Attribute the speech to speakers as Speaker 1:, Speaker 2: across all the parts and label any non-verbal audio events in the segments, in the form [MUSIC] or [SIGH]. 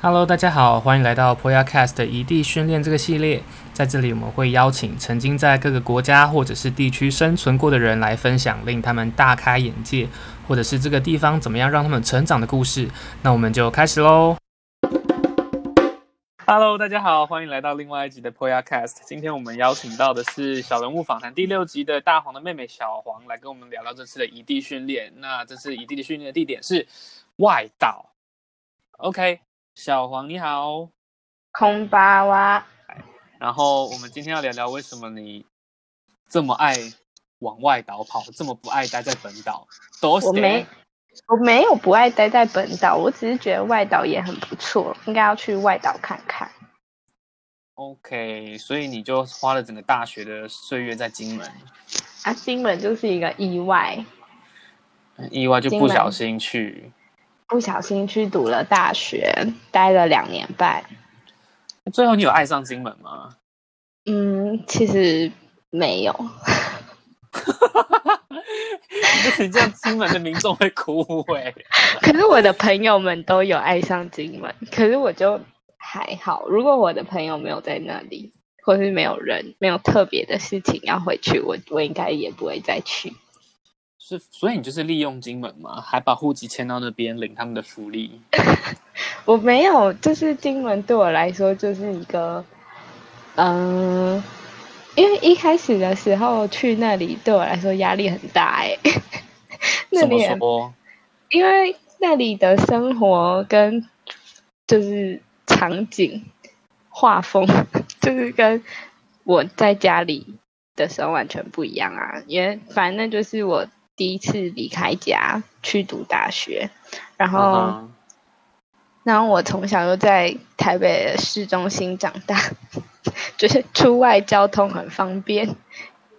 Speaker 1: Hello，大家好，欢迎来到 Podcast 的一地训练这个系列。在这里，我们会邀请曾经在各个国家或者是地区生存过的人来分享令他们大开眼界，或者是这个地方怎么样让他们成长的故事。那我们就开始喽。Hello，大家好，欢迎来到另外一集的 Podcast。今天我们邀请到的是小人物访谈第六集的大黄的妹妹小黄，来跟我们聊聊这次的异地训练。那这次异地的训练的地点是外岛。OK，小黄你好。
Speaker 2: 空巴哇，
Speaker 1: 然后我们今天要聊聊为什么你这么爱往外岛跑，这么不爱待在本岛。都
Speaker 2: 我没我没有不爱待在本岛，我只是觉得外岛也很不错，应该要去外岛看看。
Speaker 1: OK，所以你就花了整个大学的岁月在金门，
Speaker 2: 啊，金门就是一个意外，
Speaker 1: 意外就
Speaker 2: 金
Speaker 1: 不
Speaker 2: 门
Speaker 1: 小心去。
Speaker 2: 不小心去读了大学，待了两年半。
Speaker 1: 最后你有爱上金门吗？ [LAUGHS]
Speaker 2: 嗯，其实没有， [LAUGHS]
Speaker 1: 你这样金门的民众会哭哎、
Speaker 2: 可是我的朋友们都有爱上金门，可是我就还好。如果我的朋友没有在那里，或是没有人，没有特别的事情要回去，我我应该也不会再去。
Speaker 1: 是，所以你就是利用金门嘛，还把户籍迁到那边领他们的福利。
Speaker 2: 我没有，就是金门对我来说就是一个，嗯、因为一开始的时候去那里对我来说压力很大哎、 [LAUGHS] 那
Speaker 1: 怎么
Speaker 2: 里很
Speaker 1: 说？
Speaker 2: 因为那里的生活跟就是场景画风，就是跟我在家里的时候完全不一样啊。因为反正就是我第一次离开家去读大学，然后。
Speaker 1: 嗯哼
Speaker 2: 然后我从小就在台北的市中心长大， [LAUGHS] 就是出外交通很方便，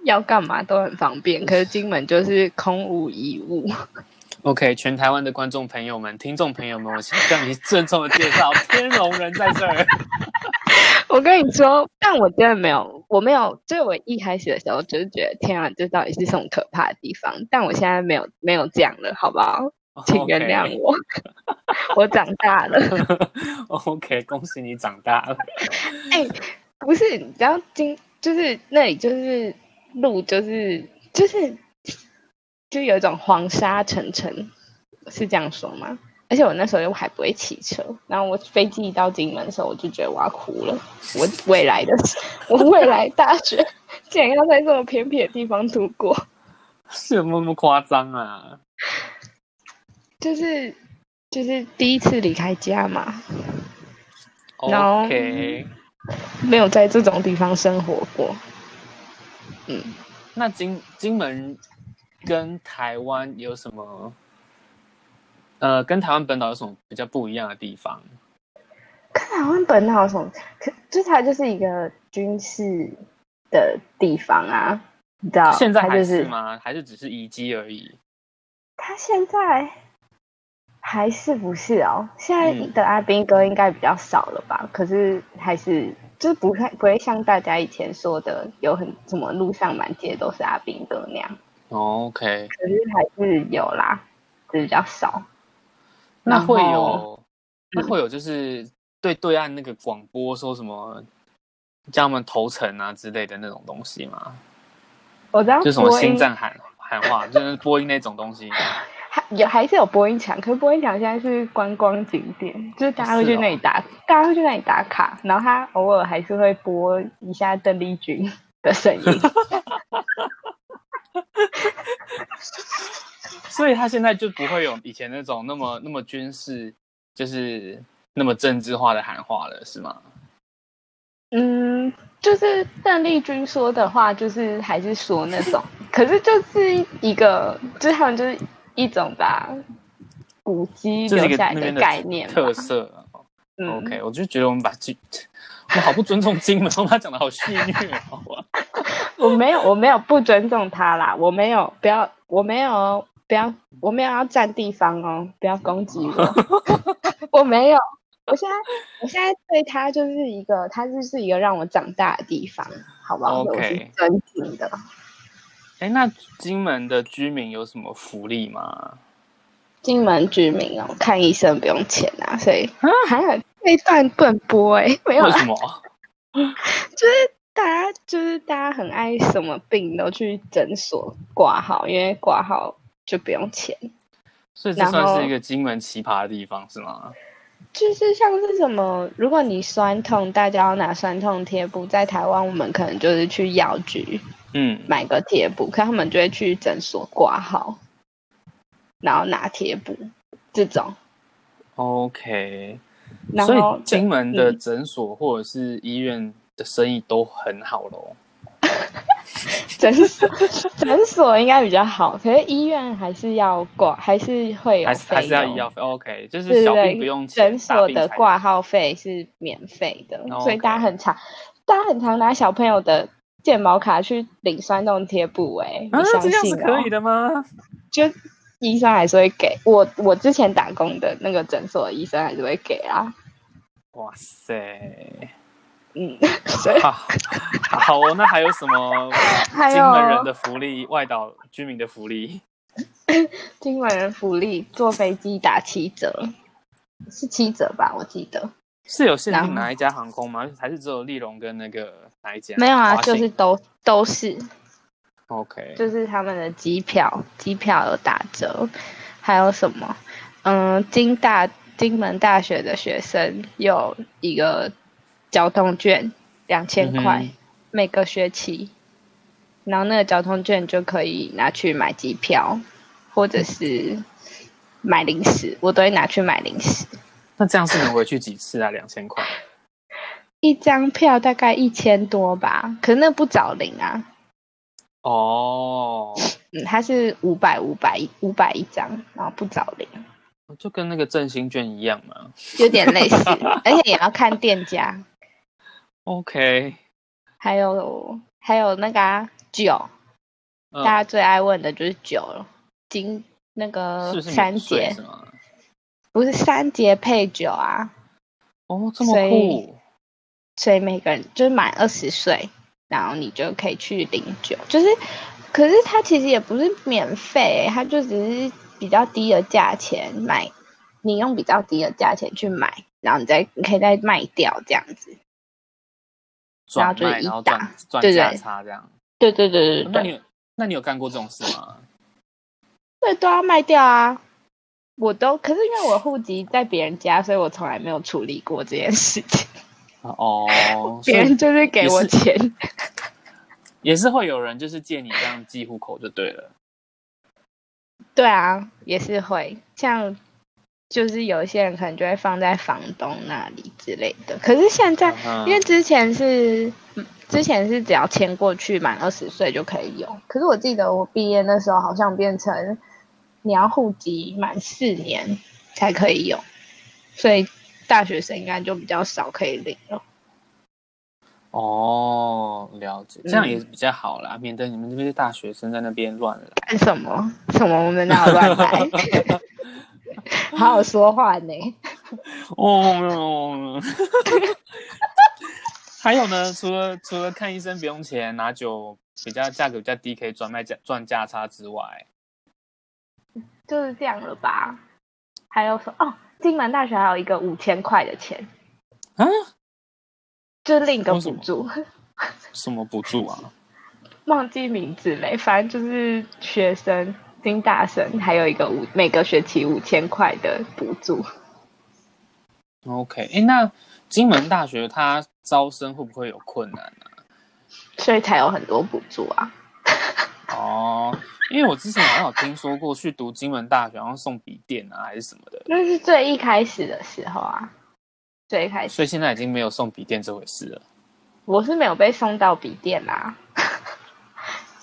Speaker 2: 要干嘛都很方便。可是金门就是空无一物， [LAUGHS]
Speaker 1: OK，全台湾的观众朋友们、听众朋友们，我先向你郑重的介
Speaker 2: [LAUGHS]
Speaker 1: 绍，天龙人在这儿。
Speaker 2: 我跟你说，但我真的没有，我没有，就是我一开始的时候就是觉得天啊，这到底是什么可怕的地方？但我现在没有没有这样了，好不好？ [LAUGHS] 请原谅我 [LAUGHS] 我长大了。
Speaker 1: OK。OK，恭 [LAUGHS] 喜你长大了。
Speaker 2: 哎、不是，你知道今就是那里就是路就是就是就有一种黄沙沉沉，是这样说吗？而且我那时候又还不会骑车，然后我飞机一到金门的时候，我就觉得我要哭了。我未来的 [LAUGHS] 我未来大学竟然要在这么偏僻的地方度过，
Speaker 1: 是有没有那么夸张啊？
Speaker 2: 就是就是第一次离开家嘛，No
Speaker 1: OK，
Speaker 2: 没有在这种地方生活过。嗯，
Speaker 1: 那金金门跟台湾有什么？呃，跟台湾本岛有什么比较不一样的地方？
Speaker 2: 看台湾本岛有什么？可就是它就是一个军事的地方啊，你知道？
Speaker 1: 现在
Speaker 2: 它
Speaker 1: 还？
Speaker 2: 就是
Speaker 1: 吗？还是只是遗迹而已？
Speaker 2: 它现在还是不是哦？现在
Speaker 1: 嗯
Speaker 2: 的阿兵哥应该比较少了吧？可是还是就是不会不会像大家以前说的有很什么路上满街都是阿兵哥那样，
Speaker 1: 哦 OK，
Speaker 2: 可是还是有啦，只是比较少。
Speaker 1: 那会
Speaker 2: 然后
Speaker 1: 有，
Speaker 2: 嗯
Speaker 1: 那会有就是对对岸那个广播说什么，叫他们投诚啊之类的那种东西吗？
Speaker 2: 我知道
Speaker 1: 就什么
Speaker 2: 啊播
Speaker 1: 星
Speaker 2: 音
Speaker 1: 战喊喊话，就是播音那种东西。
Speaker 2: 还有还是有播音墙，可是播音墙现在是观光景点，就是大家会去那里打，大家会去那里打卡，然后他偶尔还是会播一下邓丽君的
Speaker 1: [LAUGHS]
Speaker 2: 声音。
Speaker 1: 所以他现在就不会有以前那种那么那么军事，就是那么政治化的喊话了，是吗？
Speaker 2: 嗯，就是邓丽君说的话，就是还是说那种， [LAUGHS] 可是就是一个，就是他们就是一种把古迹
Speaker 1: 这是
Speaker 2: 留
Speaker 1: 一个
Speaker 2: 下来
Speaker 1: 那边
Speaker 2: 概念吧。
Speaker 1: 特色。
Speaker 2: 嗯
Speaker 1: OK，我就觉得我们把金，我们好不尊重金门，我们把它讲的好戏哦谑，好吧？
Speaker 2: 我没有，我没有不尊重他啦，我没有，不要，我没有哦，不要，我没有要占地方哦，不要攻击我，我没有，我现在，我现在对他就是一个，他就是一个让我长大的地方，好吧
Speaker 1: OK
Speaker 2: 我是尊敬的。
Speaker 1: [LAUGHS] 哎，那金门的居民有什么福利吗？
Speaker 2: 金门居民哦，看医生不用钱啊，所以还有那一段不能播哎、没有
Speaker 1: 为
Speaker 2: 啦，
Speaker 1: 什么？
Speaker 2: 就是大家就是大家很爱什么病都去诊所挂号，因为挂号就不用钱。
Speaker 1: 所以这
Speaker 2: 然
Speaker 1: 算
Speaker 2: 后
Speaker 1: 是一个金门奇葩的地方是吗？
Speaker 2: 就是像是什么，如果你酸痛，大家要拿酸痛贴布，在台湾我们可能就是去药局
Speaker 1: 嗯，
Speaker 2: 买个贴布，可他们就会去诊所挂号，然后拿贴布这种，
Speaker 1: OK，
Speaker 2: 然
Speaker 1: 所
Speaker 2: 后
Speaker 1: 以
Speaker 2: 嗯就
Speaker 1: 金门的诊所或者是医院的生意都很好喽。
Speaker 2: 诊所 [LAUGHS] 诊所应该比较好，可是医院还是要挂，还是会有
Speaker 1: 还是还
Speaker 2: 费
Speaker 1: 是要
Speaker 2: 用
Speaker 1: 医药费，OK，就
Speaker 2: 对
Speaker 1: 是
Speaker 2: 对
Speaker 1: 小
Speaker 2: 对，
Speaker 1: 病不用钱，
Speaker 2: 诊
Speaker 1: 大
Speaker 2: 所
Speaker 1: 病
Speaker 2: 的
Speaker 1: 才
Speaker 2: 挂号费是免费的，
Speaker 1: 哦
Speaker 2: 所以大家很常，大家很常拿小朋友的健保卡去领酸痛贴布、欸，哎、
Speaker 1: 啊
Speaker 2: 你，相
Speaker 1: 这样
Speaker 2: 信
Speaker 1: 是
Speaker 2: 哦
Speaker 1: 可以的吗？
Speaker 2: 就医生还是会给我，我之前打工的那个诊所的医生还是会给啊，
Speaker 1: 哇塞，
Speaker 2: 嗯，所以
Speaker 1: 好，好哦，那还有什么
Speaker 2: [LAUGHS] 还有
Speaker 1: 金门人的福利、外岛居民的福利？
Speaker 2: 金门人福利坐飞机打七折，是七折吧？我记得
Speaker 1: 是有限
Speaker 2: 然
Speaker 1: 定
Speaker 2: 后
Speaker 1: 哪一家航空吗？还是只有利荣跟那个哪一家？
Speaker 2: 没有啊，
Speaker 1: 华信
Speaker 2: 就是都都是
Speaker 1: OK。
Speaker 2: 就是他们的机票，机票有打折，还有什么？嗯，金大金门大学的学生有一个交通券，两千块、
Speaker 1: 嗯哼
Speaker 2: 每个学期，然后那个交通券就可以拿去买机票，或者是买零食，我都会拿去买零食。
Speaker 1: 那这样是能回去几次啊？两千块
Speaker 2: 一张票大概一千多吧，可是那不找零啊，
Speaker 1: 哦，
Speaker 2: 嗯，它是五百五百五百一张，然后不找零。
Speaker 1: 就跟那个振兴券一样嘛。
Speaker 2: 有点类
Speaker 1: [LAUGHS]
Speaker 2: 似，而且也要看店家，
Speaker 1: OK，
Speaker 2: 还有还有那个啊、酒，大
Speaker 1: 嗯，
Speaker 2: 家最爱问的就是酒了。今那个
Speaker 1: 是不是
Speaker 2: 三
Speaker 1: 免税
Speaker 2: 节
Speaker 1: 是吗？
Speaker 2: 不是三节配酒啊，
Speaker 1: 哦，这么
Speaker 2: 所以
Speaker 1: 酷，
Speaker 2: 所以每个人就是满二十岁，然后你就可以去领酒。就是，可是它其实也不是免费、欸它就只是比较低的价钱买，你用比较低的价钱去买，然后你再你可以再卖掉这样子。然后
Speaker 1: 转
Speaker 2: 就是
Speaker 1: 卖
Speaker 2: 一
Speaker 1: 然后
Speaker 2: 打
Speaker 1: 赚赚
Speaker 2: 对对
Speaker 1: 价差这样。
Speaker 2: 对对对对
Speaker 1: 那
Speaker 2: 对
Speaker 1: 你。有那你有干过这种事吗？
Speaker 2: 对，都要卖掉啊。我都，可是因为我户籍在别人家，所以我从来没有处理过这件事情。
Speaker 1: [LAUGHS] 哦，所
Speaker 2: 别
Speaker 1: 以
Speaker 2: 人就是给我
Speaker 1: 你是
Speaker 2: 钱，
Speaker 1: 也是会有人就是借你这样寄户口就对了。
Speaker 2: [LAUGHS] 对啊，也是会像，就是有一些人可能就会放在房东那里之类的。可是现在，啊
Speaker 1: 嗯
Speaker 2: 因为之前是嗯之前是只要迁过去满二十岁就可以有，可是我记得我毕业那时候好像变成你要户籍满四年才可以有，所以大学生应该就比较少可以领了。
Speaker 1: 哦，了解，这样
Speaker 2: 嗯
Speaker 1: 也比较好啦，免得你们这边大学生在那边乱来。
Speaker 2: 干什么？什么？我们哪有乱 [LAUGHS] 来？好好说话呢。
Speaker 1: 哦， [LAUGHS] 还有呢，除了除了看医生不用钱，拿酒比较价格比较低，可以转卖价赚价差之外，
Speaker 2: 就是这样了吧？还有说哦，金门大学还有一个五千块的钱，
Speaker 1: 啊，
Speaker 2: 就是另一个
Speaker 1: 为什
Speaker 2: 补
Speaker 1: 么
Speaker 2: 助，
Speaker 1: 什么补助啊？
Speaker 2: 忘记名字没，反正就是学生金大生还有一个五每个学期五千块的补助。
Speaker 1: OK，哎，那金门大学它招生会不会有困难啊？
Speaker 2: 所以才有很多补助啊！
Speaker 1: 哦，因为我之前好像有听说过，去读金门大学然后送笔电啊，还是什么的，
Speaker 2: 那是最一开始的时候啊，最一开始
Speaker 1: 所以现在已经没有送笔电这回事了。
Speaker 2: 我是没有被送到笔电啦、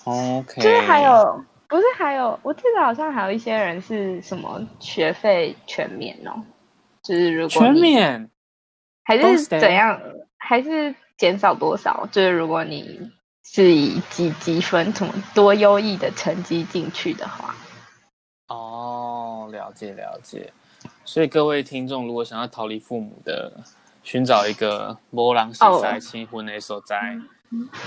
Speaker 1: OK，
Speaker 2: 就是还有，不是还有，我记得好像还有一些人是什么学费全免哦，就是如果
Speaker 1: 全
Speaker 2: 你
Speaker 1: 免
Speaker 2: 还
Speaker 1: 都
Speaker 2: 是
Speaker 1: 是
Speaker 2: 怎样，还是减少多少？就是如果你是以几积分什么多优异的成绩进去的话，
Speaker 1: 哦，了解了解。所以各位听众，如果想要逃离父母的，寻找一个波浪洗灾、新婚的所在，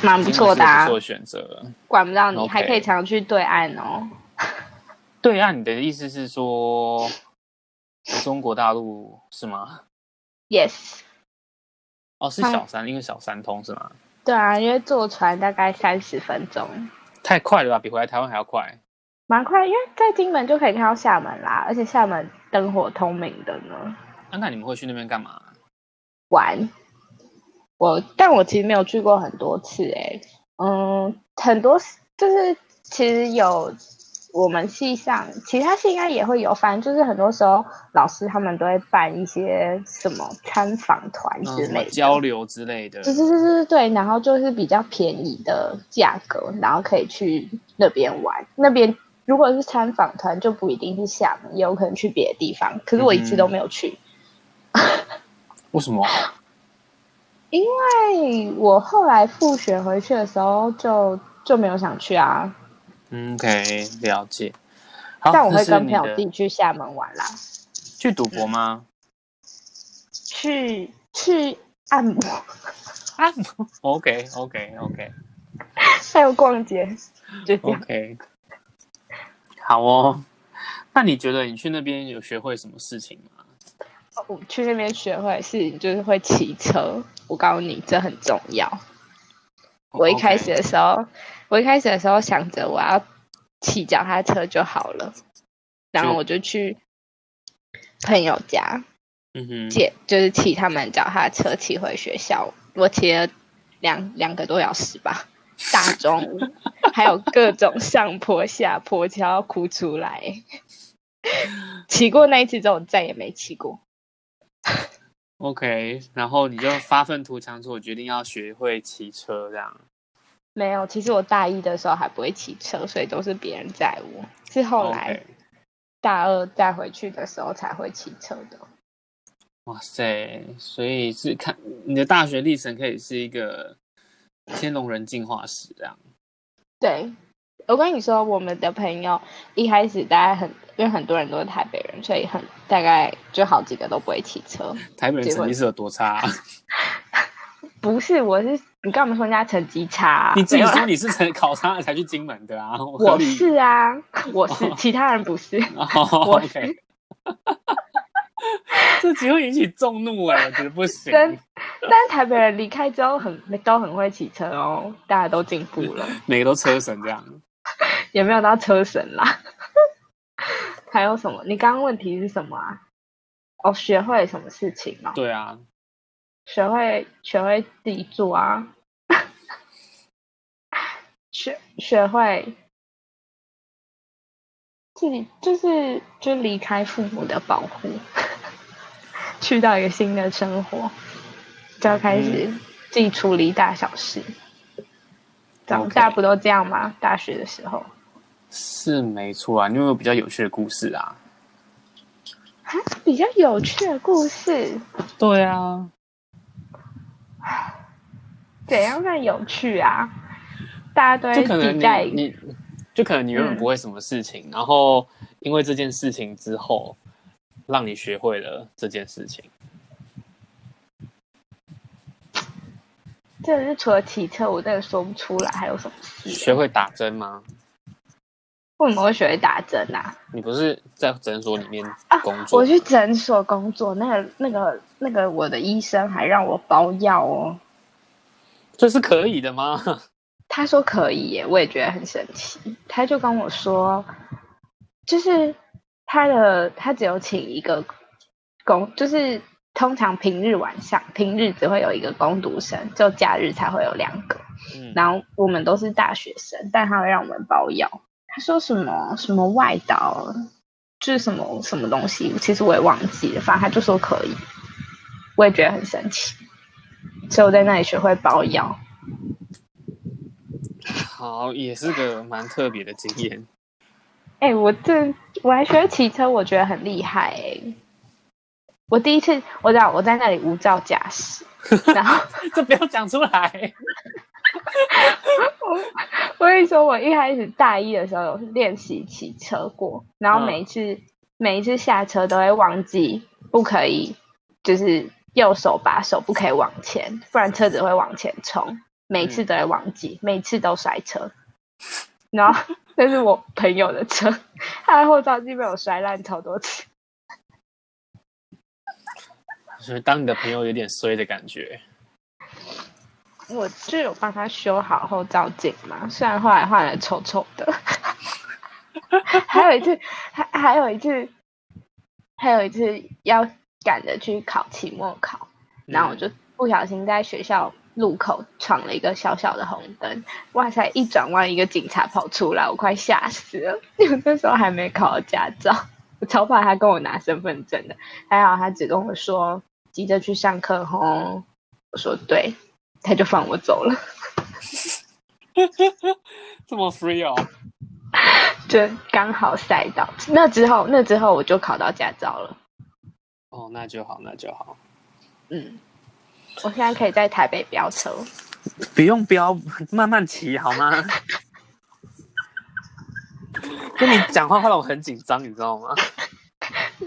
Speaker 2: 蛮不哦嗯错的啊
Speaker 1: 不错，的选择。
Speaker 2: 管不到你，
Speaker 1: OK
Speaker 2: 还可以常去对岸哦。
Speaker 1: 对啊，你的意思是说中国大陆是吗？
Speaker 2: Yes，
Speaker 1: 哦，是小三，因为小三通是吗？
Speaker 2: 对啊，因为坐船大概三十分钟，
Speaker 1: 太快了吧，比回来台湾还要快。
Speaker 2: 蛮快，因为在金门就可以看到厦门啦，而且厦门灯火通明的呢。
Speaker 1: 啊，那你们会去那边干嘛？
Speaker 2: 玩。我，但我其实没有去过很多次诶、嗯，很多就是其实有我们系上，其他系应该也会有，反正就是很多时候老师他们都会办一些什么参访团
Speaker 1: 嗯
Speaker 2: 之
Speaker 1: 什么
Speaker 2: 类的，
Speaker 1: 交流之类的。
Speaker 2: 对对对对对，然后就是比较便宜的价格，然后可以去那边玩。那边如果是参访团，就不一定是厦门，也有可能去别的地方。可是我一次
Speaker 1: 嗯
Speaker 2: 都没有去，
Speaker 1: 为什么？
Speaker 2: 因为我后来复学回去的时候就就没有想去啊。
Speaker 1: 嗯，OK，了解。好，
Speaker 2: 但我
Speaker 1: 哦这
Speaker 2: 会
Speaker 1: 是
Speaker 2: 跟
Speaker 1: 你
Speaker 2: 朋友
Speaker 1: 的
Speaker 2: 自己去厦门玩啦，
Speaker 1: 去赌博吗？
Speaker 2: 去去按摩，
Speaker 1: 啊，OK，OK，OK，OK，
Speaker 2: 还有逛街，
Speaker 1: 哦
Speaker 2: 就这样。
Speaker 1: 好哦。那你觉得你去那边有学会什么事情吗？
Speaker 2: 我去那边学会的事情就是会骑车，我告诉你，这很重要。我一开始
Speaker 1: OK
Speaker 2: 的时候，我一开始的时候想着我要骑脚踏车就好了，然后
Speaker 1: 就
Speaker 2: 我就去朋友家
Speaker 1: 嗯哼，
Speaker 2: 借，就是骑他们脚踏车骑回学校。我骑了两两个多小时吧，大中午，还有各种上坡下坡，骑到哭出来。骑过那一次之后，我再也没骑过。
Speaker 1: OK，然后你就发愤图强，说我决定要学会骑车这样。
Speaker 2: 没有，其实我大一的时候还不会骑车，所以都是别人载我。是后来
Speaker 1: OK
Speaker 2: 大二再回去的时候才会骑车的。
Speaker 1: 哇塞，所以是看你的大学历程可以是一个天龙人进化史这样。
Speaker 2: 对，我跟你说，我们的朋友一开始大概很，因为很多人都是台北人，所以很大概就好几个都不会骑车。
Speaker 1: 台北人成绩是有多差、
Speaker 2: [LAUGHS]
Speaker 1: 啊？
Speaker 2: 不是，我是你干嘛说人家成绩差啊、
Speaker 1: 你自己
Speaker 2: 没有啊
Speaker 1: 说你是成考差了才去金门的啊？我合
Speaker 2: 我
Speaker 1: 理。
Speaker 2: 是啊，
Speaker 1: [LAUGHS]
Speaker 2: 我是，其他人不是。
Speaker 1: 哦
Speaker 2: 我
Speaker 1: OK，这只会引起众怒哎、我觉得不行。
Speaker 2: 真，但是台北人离开之后很都很会骑车哦，大家都进步
Speaker 1: [LAUGHS]
Speaker 2: 了。
Speaker 1: 每个都车神这样。
Speaker 2: 也没有到车神啦。 [LAUGHS] 还有什么？你刚刚问题是什么啊？哦，学会什么事情哦？
Speaker 1: 对啊，
Speaker 2: 学会学会自己做啊，学学会自己就是就离开父母的保护， [LAUGHS] 去到一个新的生活，就要开始
Speaker 1: 嗯
Speaker 2: 自己处理大小事。长
Speaker 1: OK
Speaker 2: 大不都这样吗？大学的时候。
Speaker 1: 是没错啊。你有没有比较有趣的故事啊？
Speaker 2: 啊，比较有趣的故事，
Speaker 1: 对啊，
Speaker 2: 怎样算有趣啊？大家都
Speaker 1: 就
Speaker 2: 会
Speaker 1: 可能
Speaker 2: 挤在
Speaker 1: 你你，就可能你原本
Speaker 2: 嗯
Speaker 1: 不会什么事情，然后因为这件事情之后，让你学会了这件事情。
Speaker 2: 真的是除了骑车，我真的说不出来还有什么事。
Speaker 1: 学会打针吗？
Speaker 2: 为什么会学会打针啊？
Speaker 1: 你不是在诊所里面
Speaker 2: 啊
Speaker 1: 工作？
Speaker 2: 我去诊所工作，那个、那个、那个，我的医生还让我包药哦。
Speaker 1: 这是可以的吗？
Speaker 2: 他说可以耶，我也觉得很神奇。他就跟我说，就是他的他只有请一个工，就是通常平日晚上，平日只会有一个工读生，就假日才会有两个。
Speaker 1: 嗯，
Speaker 2: 然后我们都是大学生，但他会让我们包药。他说什么什么外岛，就是什么什么东西，其实我也忘记了，反正他就说可以，我也觉得很神奇。所以我在那里学会包药。
Speaker 1: 好，也是个蛮特别的经验。
Speaker 2: 哎、我这我还学会骑车，我觉得很厉害、欸。我第一次，我知道我在那里无照驾驶，然后
Speaker 1: [LAUGHS] 这不要讲出来。
Speaker 2: [LAUGHS] 我跟你说，我一开始大一的时候有练习骑车过，然后
Speaker 1: 嗯
Speaker 2: 每一次、每一次下车都会忘记不可以，就是右手把手不可以往前，不然车子会往前冲。每一次都会忘记，每次都摔车。然后 [LAUGHS] 那是我朋友的车，他的后照镜被我摔烂超多次。
Speaker 1: 就是 [LAUGHS] 当你的朋友有点衰的感觉。
Speaker 2: 我就有帮他修好后照镜嘛，虽然后来换来丑丑的。 [LAUGHS] 还有一次，还还有一次，还有一次要赶着去考期末考，然后我就不小心在学校路口闯了一个小小的红灯，哇塞！一转弯，一个警察跑出来，我快吓死了。 [LAUGHS] 因为那时候还没考到驾照，我超怕他跟我拿身份证的。还好他只跟我说急着去上课吼，我说对，他就放我走了。
Speaker 1: 这么 free 哦，
Speaker 2: 就刚好赛到。那之后，那之后我就考到驾照了。
Speaker 1: 哦，那就好，那就好，
Speaker 2: 嗯，我现在可以在台北飙车。
Speaker 1: 不用飙，慢慢骑好
Speaker 2: [LAUGHS]
Speaker 1: 吗？跟你讲话会让我很紧张，你知道吗？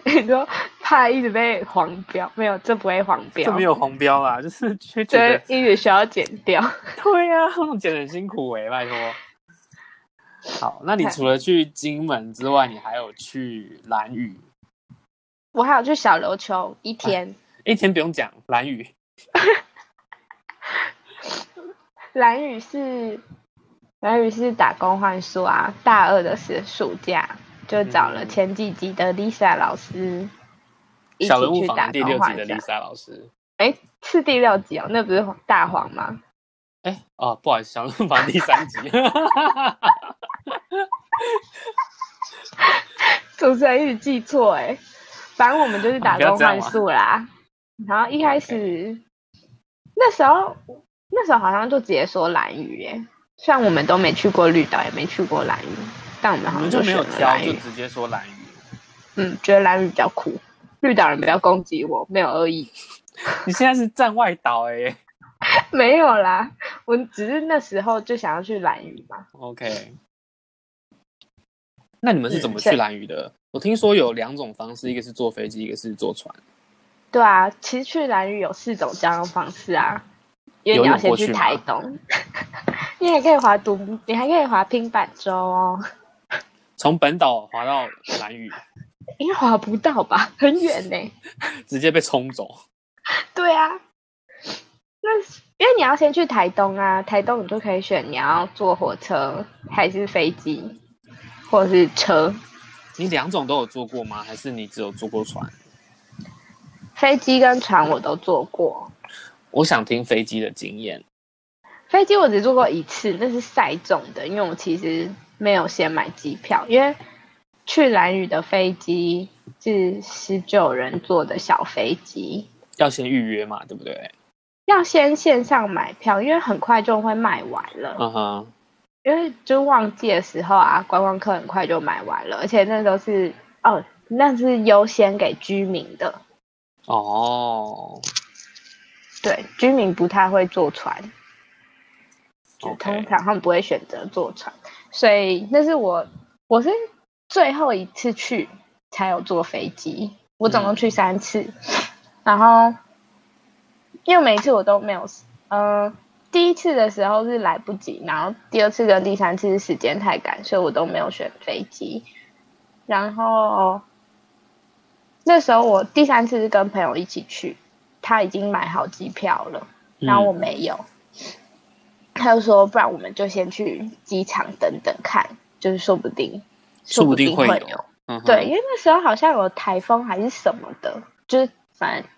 Speaker 2: 你说怕一直被黄标，没有，这不会黄标，
Speaker 1: 这没有红标啦，就是就觉
Speaker 2: 对
Speaker 1: 得，
Speaker 2: 一直需要剪掉。
Speaker 1: 对呀、啊，那种剪得很辛苦哎、拜托。好，那你
Speaker 2: 哎
Speaker 1: 除了去金门之外，你还有去兰屿，
Speaker 2: 我还有去小琉球一天，
Speaker 1: 一天不用讲兰屿，
Speaker 2: 蓝屿是蓝屿是打工换宿啊，大二的是暑假就找了
Speaker 1: 嗯
Speaker 2: 前几集的 Lisa 老师一
Speaker 1: 小人
Speaker 2: 起
Speaker 1: 物
Speaker 2: 去
Speaker 1: 访
Speaker 2: 打
Speaker 1: 谈第六
Speaker 2: 工
Speaker 1: 集
Speaker 2: 换
Speaker 1: 的
Speaker 2: 宿。
Speaker 1: Lisa 老师。
Speaker 2: 哎，是第六集哦，那不是大黄吗？
Speaker 1: 哎，哦，不好意思，小人物访谈第三
Speaker 2: [LAUGHS]
Speaker 1: 集。
Speaker 2: [LAUGHS] 主持人一直记错哎、反正我们就是
Speaker 1: 哦
Speaker 2: 打工换宿啦。然后一开始那时候那时候好像就直接说蓝屿哎、虽然我们都没去过绿岛，也没去过蓝屿，但我们
Speaker 1: 你
Speaker 2: 好
Speaker 1: 们
Speaker 2: 像
Speaker 1: 就没
Speaker 2: 选
Speaker 1: 有
Speaker 2: 了
Speaker 1: 挑，
Speaker 2: 蓝
Speaker 1: 就
Speaker 2: 屿。
Speaker 1: 直接说蓝屿。
Speaker 2: 嗯，觉得蓝屿比较酷。绿岛人不要攻击我，没有恶意， [LAUGHS]
Speaker 1: 你现在是站外岛哎、
Speaker 2: 没有啦，我只是那时候就想要去蓝屿嘛。
Speaker 1: OK，那你们是怎么
Speaker 2: 嗯
Speaker 1: 去
Speaker 2: 是
Speaker 1: 蓝屿的？我听说有两种方式，一个是坐飞机，一个是坐船。
Speaker 2: 对啊，其实去蓝屿有四种交通方式啊，因为
Speaker 1: 游
Speaker 2: 你要
Speaker 1: 泳
Speaker 2: 先
Speaker 1: 过
Speaker 2: 去
Speaker 1: 去吗
Speaker 2: 台东， [LAUGHS] 你还可以划独，你还可以划平板舟哦，
Speaker 1: 从本岛滑到蓝屿，
Speaker 2: 应该划不到吧， [LAUGHS] 很远呢。
Speaker 1: 直接被冲走。
Speaker 2: 对啊，那因为你要先去台东啊，台东你就可以选你要坐火车还是飞机，或者是车。
Speaker 1: 你两种都有坐过吗？还是你只有坐过船？
Speaker 2: 飞机跟船我都坐过，
Speaker 1: 我想听飞机的经验。
Speaker 2: 飞机我只坐过一次，那是赛中的，因为我其实没有先买机票，因为去兰屿的飞机是十九人坐的小飞机，
Speaker 1: 要先预约嘛，对不对？
Speaker 2: 要先线上买票，因为很快就会卖完了。
Speaker 1: 嗯哼，
Speaker 2: 因为就旺季的时候啊，观光客很快就买完了，而且那都是哦，那是优先给居民的，
Speaker 1: 哦
Speaker 2: 对，居民不太会坐船。就通
Speaker 1: ，OK，
Speaker 2: 常他们不会选择坐船，所以那是我我是最后一次去才有坐飞机，我总共去三次，然后因为每一次我都没有，嗯、第一次的时候是来不及，然后第二次跟第三次是时间太赶，所以我都没有选飞机，然后那时候我第三次是跟朋友一起去，他已经买好机票了。然后我
Speaker 1: 嗯
Speaker 2: 没有。他就说，不然我们就先去机场等等看，就是说不定，
Speaker 1: 说不定
Speaker 2: 定
Speaker 1: 会
Speaker 2: 有。
Speaker 1: 有。嗯哼
Speaker 2: 对，因为那时候好像有台风还是什么的，就是反正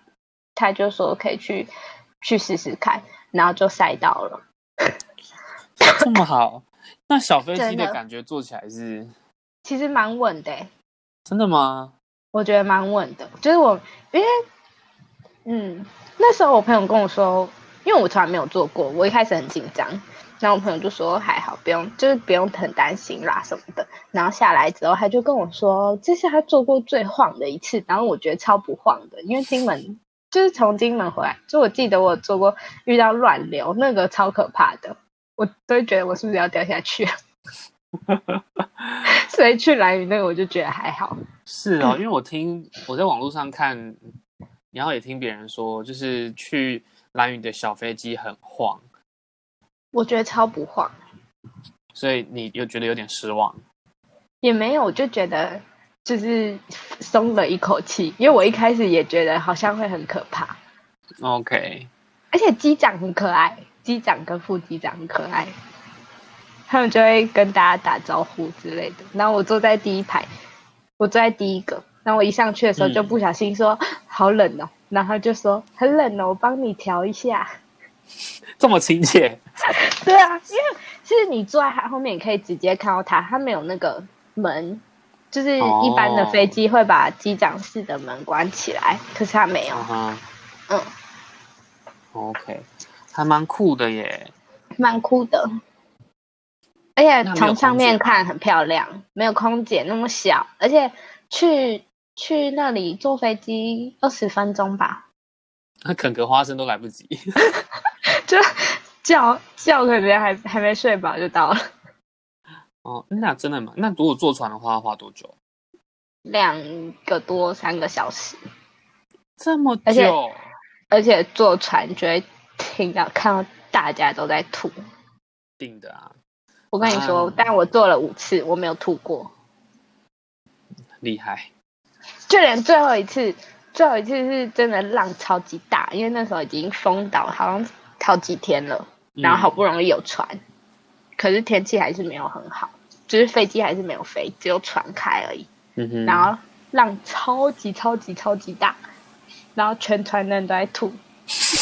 Speaker 2: 他就说可以去去试试看，然后就赛到了。
Speaker 1: 这么好，那小飞机
Speaker 2: 真
Speaker 1: 的
Speaker 2: 的
Speaker 1: 感觉坐起来是
Speaker 2: 其实蛮稳的欸、
Speaker 1: 真的吗？
Speaker 2: 我觉得蛮稳的。就是我因为嗯，那时候我朋友跟我说，因为我从来没有做过，我一开始很紧张，然后我朋友就说还好，不用，就是不用很担心啦什么的。然后下来之后，他就跟我说，这是他做过最晃的一次，然后我觉得超不晃的，因为金门。就是从金门回来，就我记得我有做过遇到乱流，那个超可怕的，我都会觉得我是不是要掉下去、啊？ [LAUGHS] 所以去蓝屿那个我就觉得还好，
Speaker 1: 是哦，因为我听我在网络上看，然后也听别人说，就是去蓝屿的小飞机很晃，
Speaker 2: 我觉得超不晃。
Speaker 1: 所以你又觉得有点失望。
Speaker 2: 也没有，我就觉得就是松了一口气，因为我一开始也觉得好像会很可怕，
Speaker 1: OK，
Speaker 2: 而且机长很可爱，机长跟副机长很可爱，他们就会跟大家打招呼之类的。然后我坐在第一排，我坐在第一个，然后我一上去的时候
Speaker 1: 嗯
Speaker 2: 就不小心说、好冷哦，然后他就说很冷哦，我帮你调一下。
Speaker 1: 这么亲切，
Speaker 2: 对啊，因为是你坐在他后面，你可以直接看到他，他没有那个门，就是
Speaker 1: 哦
Speaker 2: 一般的飞机会把机长室的门关起来，可是他没有
Speaker 1: 啊，哈
Speaker 2: 嗯，
Speaker 1: ，OK，还蛮酷的耶。
Speaker 2: 蛮酷的。而且
Speaker 1: 那没有
Speaker 2: 从上面
Speaker 1: 空姐吗
Speaker 2: 看很漂亮，没有空姐那么小，而且去去那里坐飞机二十分钟吧，
Speaker 1: 那啃个花生都来不及，
Speaker 2: 就叫叫可能还还没睡饱就到了，
Speaker 1: 哦，那真的吗？那如果坐船的话，要花多久？
Speaker 2: 两个多三个小时。
Speaker 1: 这么
Speaker 2: 而且
Speaker 1: 久？
Speaker 2: 而且坐船就会听到看到大家都在吐。
Speaker 1: 定的啊，
Speaker 2: 我跟你说，
Speaker 1: 啊
Speaker 2: 但我坐了五次，我没有吐过，
Speaker 1: 厉害。
Speaker 2: 就连最后一次，最后一次是真的浪超级大，因为那时候已经封岛，好像好几天了，
Speaker 1: 嗯
Speaker 2: 然后好不容易有船，可是天气还是没有很好，就是飞机还是没有飞，只有船开而已，
Speaker 1: 嗯哼，
Speaker 2: 然后浪超级超级超级大，然后全船的人都在吐，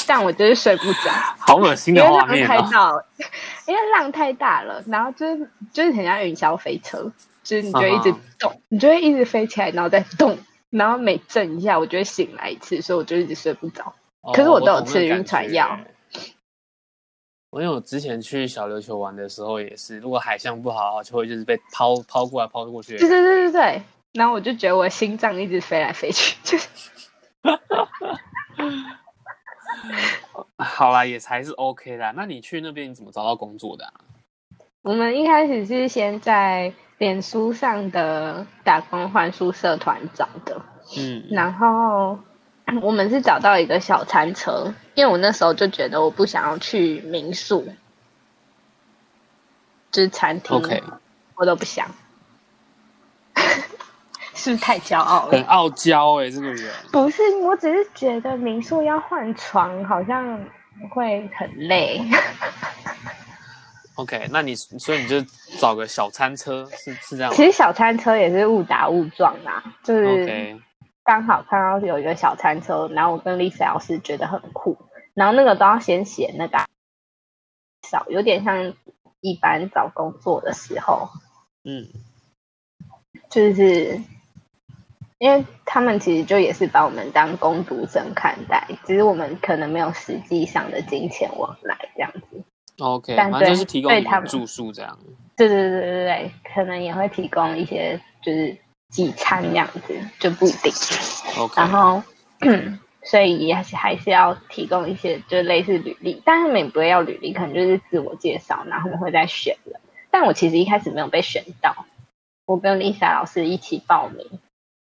Speaker 2: 但我就是睡不着。
Speaker 1: 好恶心
Speaker 2: 因
Speaker 1: 的
Speaker 2: 为
Speaker 1: 画
Speaker 2: 浪
Speaker 1: 面
Speaker 2: 太
Speaker 1: 哦。
Speaker 2: 大了， [LAUGHS] 因为浪太大了，然后就是就是很像云霄飞车，就是你就会一直
Speaker 1: 嗯哼
Speaker 2: 动，你就会一直飞起来，然后再动，然后每震一下，我就会醒来一次，所以我就一直睡不着。
Speaker 1: 哦
Speaker 2: 可是我
Speaker 1: 我
Speaker 2: 都有
Speaker 1: 懂那
Speaker 2: 吃
Speaker 1: 个
Speaker 2: 晕
Speaker 1: 感
Speaker 2: 船
Speaker 1: 觉
Speaker 2: 药。
Speaker 1: 我有之前去小琉球玩的时候也是，如果海象不好，就会就是被抛抛过来抛过去的
Speaker 2: 对对对对对，然后我就觉得我心脏一直飞来飞去， [LAUGHS] 就是
Speaker 1: 好啦，也才是 OK 啦。那你去那边你怎么找到工作的、啊？
Speaker 2: 我们一开始是先在脸书上的打工换宿社团找的，
Speaker 1: 嗯，
Speaker 2: 然后我们是找到一个小餐车，因为我那时候就觉得我不想要去民宿，就是餐厅
Speaker 1: OK，
Speaker 2: 我都不想， [LAUGHS] 是不是太骄傲
Speaker 1: 很
Speaker 2: 了？
Speaker 1: 傲娇哎、这个人。
Speaker 2: 不是，我只是觉得民宿要换床好像会很累， [LAUGHS]
Speaker 1: OK，那你所以你就找个小餐车，是是这样
Speaker 2: [LAUGHS]
Speaker 1: 吗
Speaker 2: 其实小餐车也是误打误撞啦，就是。
Speaker 1: ？OK，
Speaker 2: 刚好看到有一个小餐车，然后我跟 Lisa 老师觉得很酷，然后那个都要先写那个啊少，有点像一般找工作的时候，
Speaker 1: 嗯，
Speaker 2: 就是因为他们其实就也是把我们当工读生看待，只是我们可能没有实际上的金钱往来这样子。
Speaker 1: OK，
Speaker 2: 但
Speaker 1: 反正就是
Speaker 2: 对
Speaker 1: 提供
Speaker 2: 对
Speaker 1: 你
Speaker 2: 他
Speaker 1: 们
Speaker 2: 们
Speaker 1: 住宿这样。
Speaker 2: 对对对对对，可能也会提供一些就是几餐这样子，就不一定。
Speaker 1: OK，
Speaker 2: 然后， [CLEARS THROAT] 所以也是还是要提供一些就类似履历，但他们也不会要履历，可能就是自我介绍，然后他们会再选人。但我其实一开始没有被选到，我跟 Lisa 老师一起报名，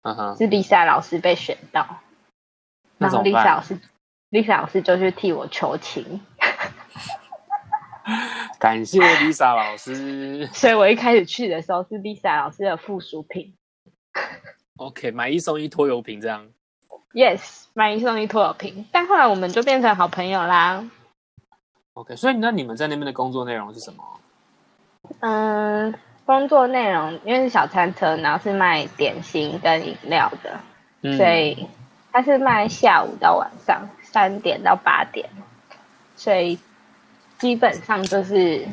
Speaker 1: 嗯哼，
Speaker 2: 是 Lisa 老师被选到，
Speaker 1: 那
Speaker 2: 然
Speaker 1: 怎
Speaker 2: 后
Speaker 1: 么
Speaker 2: Lisa 老
Speaker 1: 办？
Speaker 2: 师，Lisa 老师就去替我求情，
Speaker 1: 感谢 Lisa 老师。
Speaker 2: 所以我一开始去的时候是 Lisa 老师的附属品
Speaker 1: OK，买一送一拖油瓶这样。
Speaker 2: ，Yes，买一送一拖油瓶，但后来我们就变成好朋友啦。
Speaker 1: OK，所以那你们在那边的工作内容是什么？
Speaker 2: 嗯，工作内容因为是小餐车，然后是卖点心跟饮料的，
Speaker 1: 嗯
Speaker 2: 所以它是卖下午到晚上三点到八点，所以基本上就是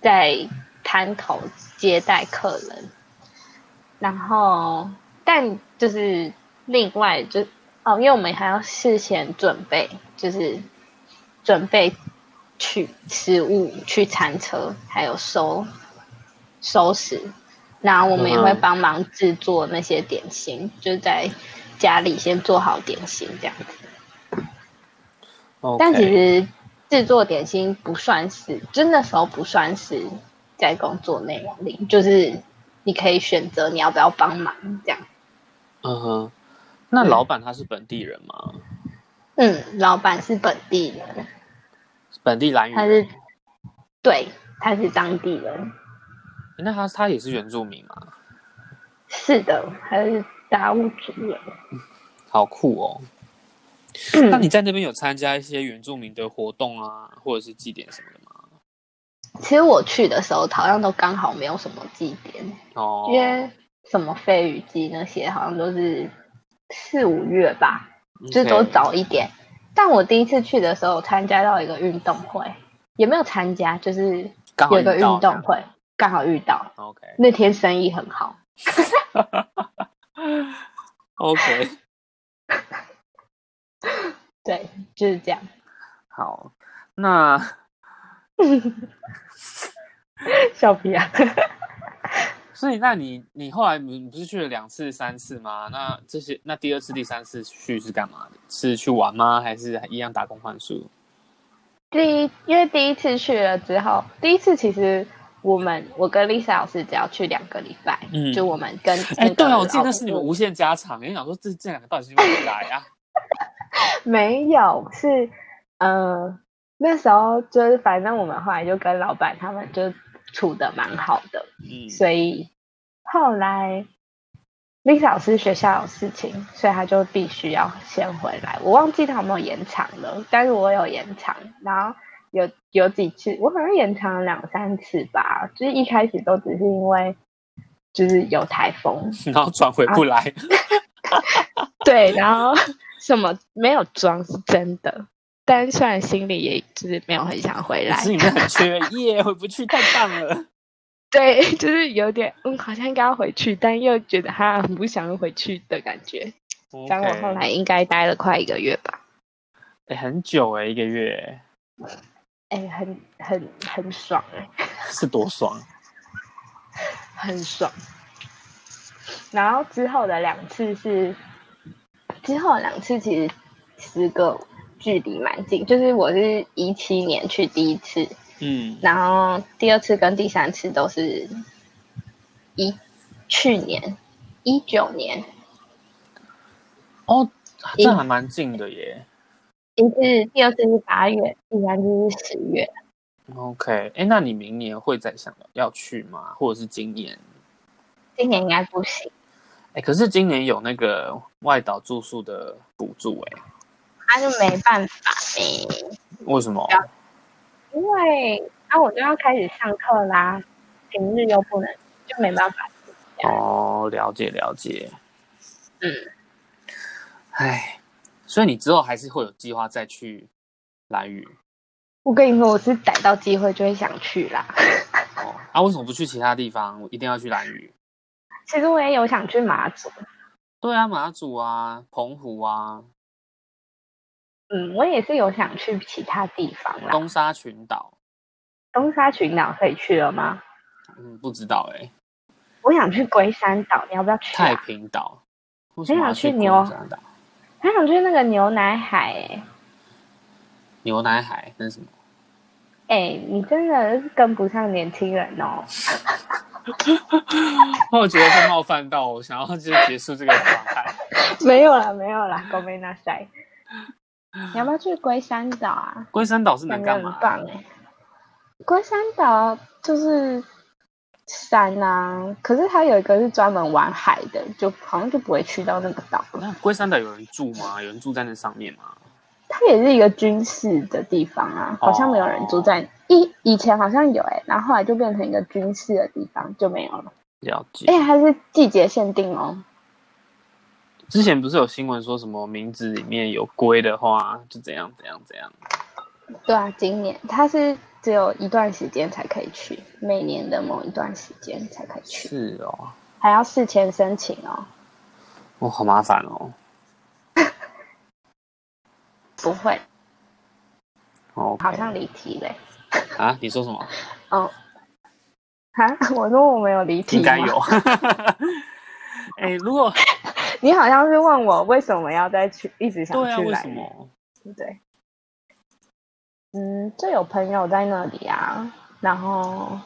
Speaker 2: 在摊头接待客人，然后但就是另外就哦，因为我们还要事先准备，就是准备去食物、去餐车，还有收收拾。那我们也会
Speaker 1: 嗯哼
Speaker 2: 帮忙制作那些点心，就是在家里先做好点心这样子。
Speaker 1: OK，
Speaker 2: 但其实制作点心不算是，就那时候不算是在工作内容里，就是你可以选择你要不要帮忙这样。
Speaker 1: 嗯哼，那老板他是本地人吗？
Speaker 2: 嗯，老板是本地人，
Speaker 1: 本地蓝屿
Speaker 2: 他
Speaker 1: 人，
Speaker 2: 是对，他是当地人，
Speaker 1: 啊那他他也是原住民吗？
Speaker 2: 是的，还是达悟族人。
Speaker 1: 好酷哦！那
Speaker 2: 嗯，
Speaker 1: 你在那边有参加一些原住民的活动啊，或者是祭典什么的吗？
Speaker 2: 其实我去的时候好像都刚好没有什么祭典，
Speaker 1: 哦，
Speaker 2: 因为什么飞鱼季那些好像都是四五月吧，就是都
Speaker 1: OK
Speaker 2: 早一点。但我第一次去的时候，参加到一个运动会，也没有参加，就是
Speaker 1: 刚好
Speaker 2: 有一个
Speaker 1: 遇
Speaker 2: 运
Speaker 1: 到
Speaker 2: 动会，刚好遇到，
Speaker 1: OK
Speaker 2: 那天生意很好。
Speaker 1: OK，
Speaker 2: [LAUGHS] 对，就是这样。
Speaker 1: 好，那
Speaker 2: 笑屁啊！
Speaker 1: 所以那你你后来你不是去了两次三次吗？那这些那第二次第三次去是干嘛的？是去玩吗？还是一样打工换宿？
Speaker 2: 第一，因为第一次去了之后，第一次其实我们我跟 Lisa 老师只要去两个礼拜，
Speaker 1: 嗯
Speaker 2: 就我们跟
Speaker 1: 哎、
Speaker 2: 那
Speaker 1: 对
Speaker 2: 个
Speaker 1: 啊，我记得
Speaker 2: 老
Speaker 1: 那是你们
Speaker 2: 师
Speaker 1: 无限加长，你想说这这两个到底是不是来啊？
Speaker 2: 没有，是呃那时候就是反正我们后来就跟老板他们就处的蛮好的，
Speaker 1: [LAUGHS] 嗯，
Speaker 2: 所以后来 Lisa 老师学校有事情，所以他就必须要先回来。我忘记他有没有延长了，但是我有延长，然后有有几次我好像延长了两三次吧，就是一开始都只是因为就是有台风，
Speaker 1: 然后转回不来，
Speaker 2: 对，然
Speaker 3: 然
Speaker 2: 后
Speaker 3: 后什么没有装是真的，但虽然心里也就是没有很想回来
Speaker 1: [LAUGHS] 可，是你们很缺耶，回不去太棒 [LAUGHS] 了。
Speaker 2: [LAUGHS]
Speaker 3: 对，就是有点嗯，好像应该要回去，但又觉得哈很不想回去的感觉。
Speaker 1: OK，
Speaker 3: 但我后来应该待了快一个月吧，
Speaker 1: 哎、很久哎、一个月
Speaker 2: 哎、很很很爽哎、
Speaker 1: 是多爽。
Speaker 2: 很爽。然后之后的两次是，之后的两次其实时隔距离蛮近，就是我是一七年去第一次，
Speaker 1: 嗯
Speaker 2: 然后第二次跟第三次都是一去年一九年，
Speaker 1: 哦，这还蛮近的耶。
Speaker 2: 一次第二次是八月，第三次是十月。
Speaker 1: OK，哎、那你明年会再想要去吗？或者是今年？
Speaker 2: 今年应该不行
Speaker 1: 哎、可是今年有那个外岛住宿的补助哎、
Speaker 2: 他就没办法呗，
Speaker 1: 为什么？
Speaker 2: 因为啊我就要开始上课啦，平日又不能，就没办法
Speaker 1: 哦，了解了解。
Speaker 2: 嗯，
Speaker 1: 哎，所以你之后还是会有计划再去蓝屿
Speaker 2: 我跟你说，我是逮到机会就会想去啦。 [LAUGHS]
Speaker 1: 哦？啊，为什么不去其他地方？我一定要去蓝屿？
Speaker 2: 其实我也有想去马祖，
Speaker 1: 对啊，马祖啊，澎湖啊，
Speaker 2: 嗯，我也是有想去其他地方啦。
Speaker 1: 东沙群岛，
Speaker 2: 东沙群岛可以去了吗？
Speaker 1: 嗯，不知道哎、
Speaker 2: 我想去龟山岛，你要不要去、
Speaker 1: 太
Speaker 2: 啊？
Speaker 1: 平岛，为什
Speaker 2: 很
Speaker 1: 么要
Speaker 2: 想去
Speaker 1: 去
Speaker 2: 牛
Speaker 1: 龟山岛？
Speaker 2: 还想去那个牛奶海、欸，
Speaker 1: 牛奶海那是什么？ [LAUGHS]
Speaker 2: 哎、你真的是跟不上年轻人哦。
Speaker 1: 我觉得被冒犯到，我想要就是结束这个状态。 [LAUGHS]
Speaker 2: 没有啦，没有啦，狗没那塞。你要不要去龟山岛啊？
Speaker 1: 龟山岛是能
Speaker 2: 感觉
Speaker 1: 干
Speaker 2: 很
Speaker 1: 嘛？
Speaker 2: 棒哎、龟山岛就是山啊，可是它有一个是专门玩海的，就好像就不会去到那个岛了。
Speaker 1: 那龟山岛有人住吗？有人住在那上面吗？
Speaker 2: 它也是一个军事的地方啊，好像没有人住
Speaker 1: 哦
Speaker 2: 在。以以前好像有哎、然后后来就变成一个军事的地方，就没有了。
Speaker 1: 了解
Speaker 2: 而。且它是季节限定哦，
Speaker 1: 之前不是有新闻说什么名字里面有龟的话，就怎样怎样怎样？
Speaker 2: 对啊，今年它是只有一段时间才可以去，每年的某一段时间才可以去，
Speaker 1: 是哦，
Speaker 2: 还要事前申请哦。
Speaker 1: 哦，好麻烦哦。
Speaker 2: 不会，
Speaker 1: 哦，
Speaker 2: 好像离题嘞。
Speaker 1: 啊，你说什么？
Speaker 2: 哦，哈，啊 [LAUGHS] 我说我没有离题，
Speaker 1: 应该。有。 [LAUGHS] 哎、如果
Speaker 2: [LAUGHS] 你好像是问我为什么要再去，一直想
Speaker 1: 对啊，
Speaker 2: 去
Speaker 1: 为
Speaker 2: 来
Speaker 1: 什，么？
Speaker 2: 对不对？嗯，就有朋友在那里啊，然后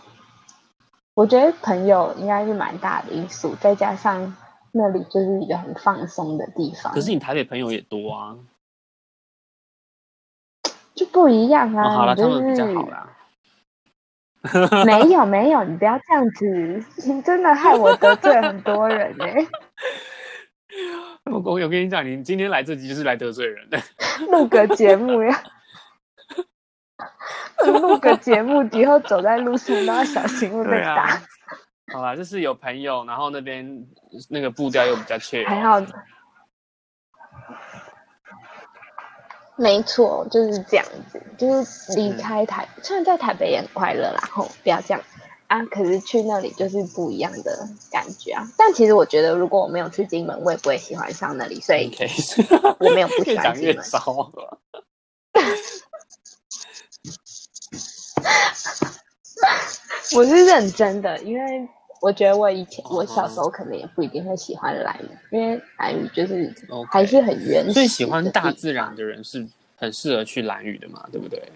Speaker 2: 我觉得朋友应该是蛮大的因素，再加上那里就是一个很放松的地方，
Speaker 1: 可是你台北朋友也多啊。
Speaker 2: 就不一样
Speaker 1: 哦，
Speaker 2: 啊。
Speaker 1: 好了，
Speaker 2: 啊你
Speaker 1: 他
Speaker 2: 就
Speaker 1: 们比较
Speaker 2: 是
Speaker 1: 好啦。
Speaker 2: 没有没有，你不要这样子， [LAUGHS] 你真的害我得罪很多人哎、
Speaker 1: 我我有跟你讲，你今天来这集就是来得罪人的。
Speaker 2: 录个节目呀，录个节目以后走在路上都要小心会被
Speaker 1: 对
Speaker 2: 打。
Speaker 1: 啊，好啦，就是有朋友，然后那边那个步调又比较确
Speaker 2: 还好，没错，就是这样子，就是离开台，虽然在台北也很快乐啦，吼，不要这样啊。可是去那里就是不一样的感觉啊。但其实我觉得，如果我没有去金门，我也不会喜欢上那里，所以
Speaker 1: OK， [LAUGHS]
Speaker 2: 我没有不喜
Speaker 1: 嗯越
Speaker 2: 欢
Speaker 1: 讲
Speaker 2: 金
Speaker 1: 越
Speaker 2: 门。
Speaker 1: 糟。
Speaker 2: [LAUGHS] 我是认真的，因为我觉得我以前
Speaker 1: 哦
Speaker 2: 我小时候可能也不一定会喜欢蓝屿，因为蓝屿就是还
Speaker 1: OK，
Speaker 2: 是很原始。
Speaker 1: 所以喜欢大自然，的人是很适合去蓝屿的嘛，对不对？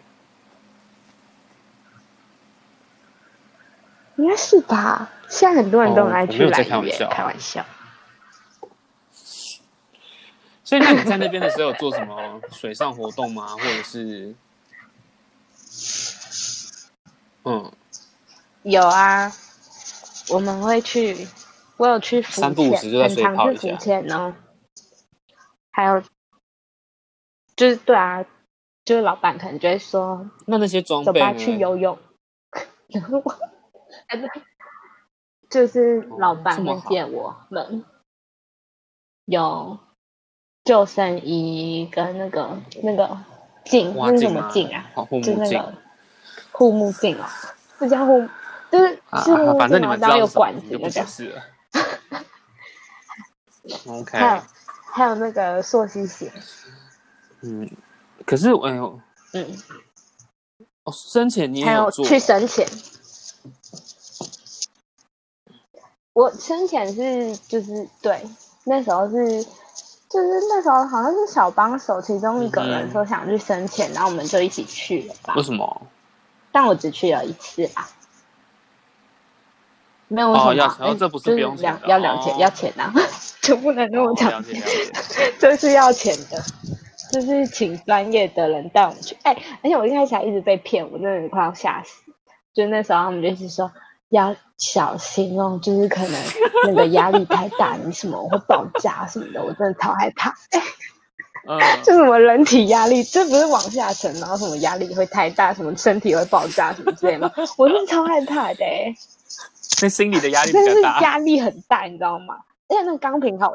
Speaker 2: 应该是吧？现在很多人都
Speaker 1: 哦
Speaker 2: 很爱
Speaker 1: 我
Speaker 2: 去
Speaker 1: 没有在
Speaker 2: 蓝
Speaker 1: 开玩
Speaker 2: 屿耶，
Speaker 1: 笑啊
Speaker 2: 开玩笑。
Speaker 1: 所以那你在那边的时候有做什么水上活动吗？或者是，嗯，
Speaker 2: 有啊，我们会去，我有去浮
Speaker 1: 三不五时就在
Speaker 2: 潜，很
Speaker 1: 水
Speaker 2: 常
Speaker 1: 泡
Speaker 2: 去
Speaker 1: 一下
Speaker 2: 浮潜哦。还有，就是对啊，就是老板可能就会说，
Speaker 1: 那那些装
Speaker 2: 走
Speaker 1: 备
Speaker 2: 吧，
Speaker 1: 呢？
Speaker 2: 去游泳。然后我，就是老
Speaker 1: 哦这
Speaker 2: 板
Speaker 1: 么
Speaker 2: 会
Speaker 1: 好
Speaker 2: 借我们有救生衣跟那个那个镜，
Speaker 1: 蛙
Speaker 2: 那是什
Speaker 1: 镜
Speaker 2: 么
Speaker 1: 吗？
Speaker 2: 镜啊？
Speaker 1: 哦，护
Speaker 2: 就
Speaker 1: 目
Speaker 2: 那
Speaker 1: 镜。
Speaker 2: 个护目镜哦，这叫护，就是
Speaker 1: 啊
Speaker 2: 是护目
Speaker 1: 反
Speaker 2: 镜
Speaker 1: 正你
Speaker 2: 吗？
Speaker 1: 们知
Speaker 2: 然后
Speaker 1: 道
Speaker 2: 有
Speaker 1: 是什么
Speaker 2: 管，
Speaker 1: 你
Speaker 2: 子
Speaker 1: 就不
Speaker 2: 那
Speaker 1: 解
Speaker 2: 个，
Speaker 1: 释了。OK，
Speaker 2: 还有还有那个溯溪鞋，
Speaker 1: 嗯，可是哎呦，
Speaker 2: 嗯，
Speaker 1: 哦，深潜你也
Speaker 2: 还有
Speaker 1: 做
Speaker 2: 去深潜。我深潜是就是对，那时候是就是那时候好像是小帮手其中一个
Speaker 1: 嗯
Speaker 2: 人
Speaker 1: 哼
Speaker 2: 说想去深潜，然后我们就一起去了吧
Speaker 1: 为。什么？
Speaker 2: 但我只去了一次啊，没有为什
Speaker 1: 哦
Speaker 2: 么
Speaker 1: 要
Speaker 2: 啊？
Speaker 1: 哦
Speaker 2: 嗯
Speaker 1: 这不是
Speaker 2: 就
Speaker 1: 不用钱
Speaker 2: 两
Speaker 1: 的
Speaker 2: 要两钱
Speaker 1: 哦
Speaker 2: 要钱啊， [LAUGHS] 就不能跟我
Speaker 1: 哦
Speaker 2: 讲
Speaker 1: 了解了解。
Speaker 2: [LAUGHS] 这是要钱的，就是请专业的人带我们去。哎、而且我一开始还一直被骗，我真的快要吓死。就那时候他们就一直说要小心哦，就是可能那个压力太大，你什么会爆炸什么的，我真的超害怕。
Speaker 1: 嗯，
Speaker 2: [LAUGHS] 就什么人体压力，这不是往下沉，然后什么压力会太大，什么身体会爆炸什么之类
Speaker 1: [LAUGHS]
Speaker 2: 的吗，我是超害怕的、欸。
Speaker 1: 那心理的压力比
Speaker 2: 但是
Speaker 1: 较大。
Speaker 2: 压力很大，你知道吗？而且那个钢瓶好，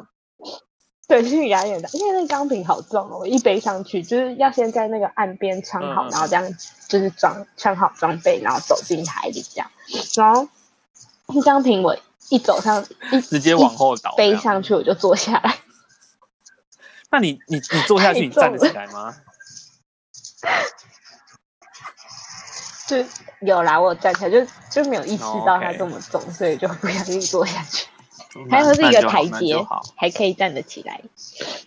Speaker 2: 对，心理压力很大，因为那个钢瓶好重哦，我一背上去就是要先在那个岸边穿好，
Speaker 1: 嗯嗯
Speaker 2: 然后这样就是装穿好装备，然后走进海里这样，然后那钢瓶我一走上一
Speaker 1: 直接往后倒，
Speaker 2: 背
Speaker 1: 这样
Speaker 2: 上去我就坐下来，
Speaker 1: 那你你你坐下去，
Speaker 2: 太
Speaker 1: 你站得
Speaker 2: 重
Speaker 1: 起来吗？
Speaker 2: 就有啦，我站起来就就没有意识到
Speaker 1: 哦
Speaker 2: 它
Speaker 1: OK
Speaker 2: 这么重，所以就不小心坐下
Speaker 1: [LAUGHS]
Speaker 2: 去，
Speaker 1: 那
Speaker 2: [LAUGHS] 还有是一
Speaker 1: 那
Speaker 2: 个
Speaker 1: 就好
Speaker 2: 台
Speaker 1: 那
Speaker 2: 阶
Speaker 1: 就好。，
Speaker 2: 还可以站得起来。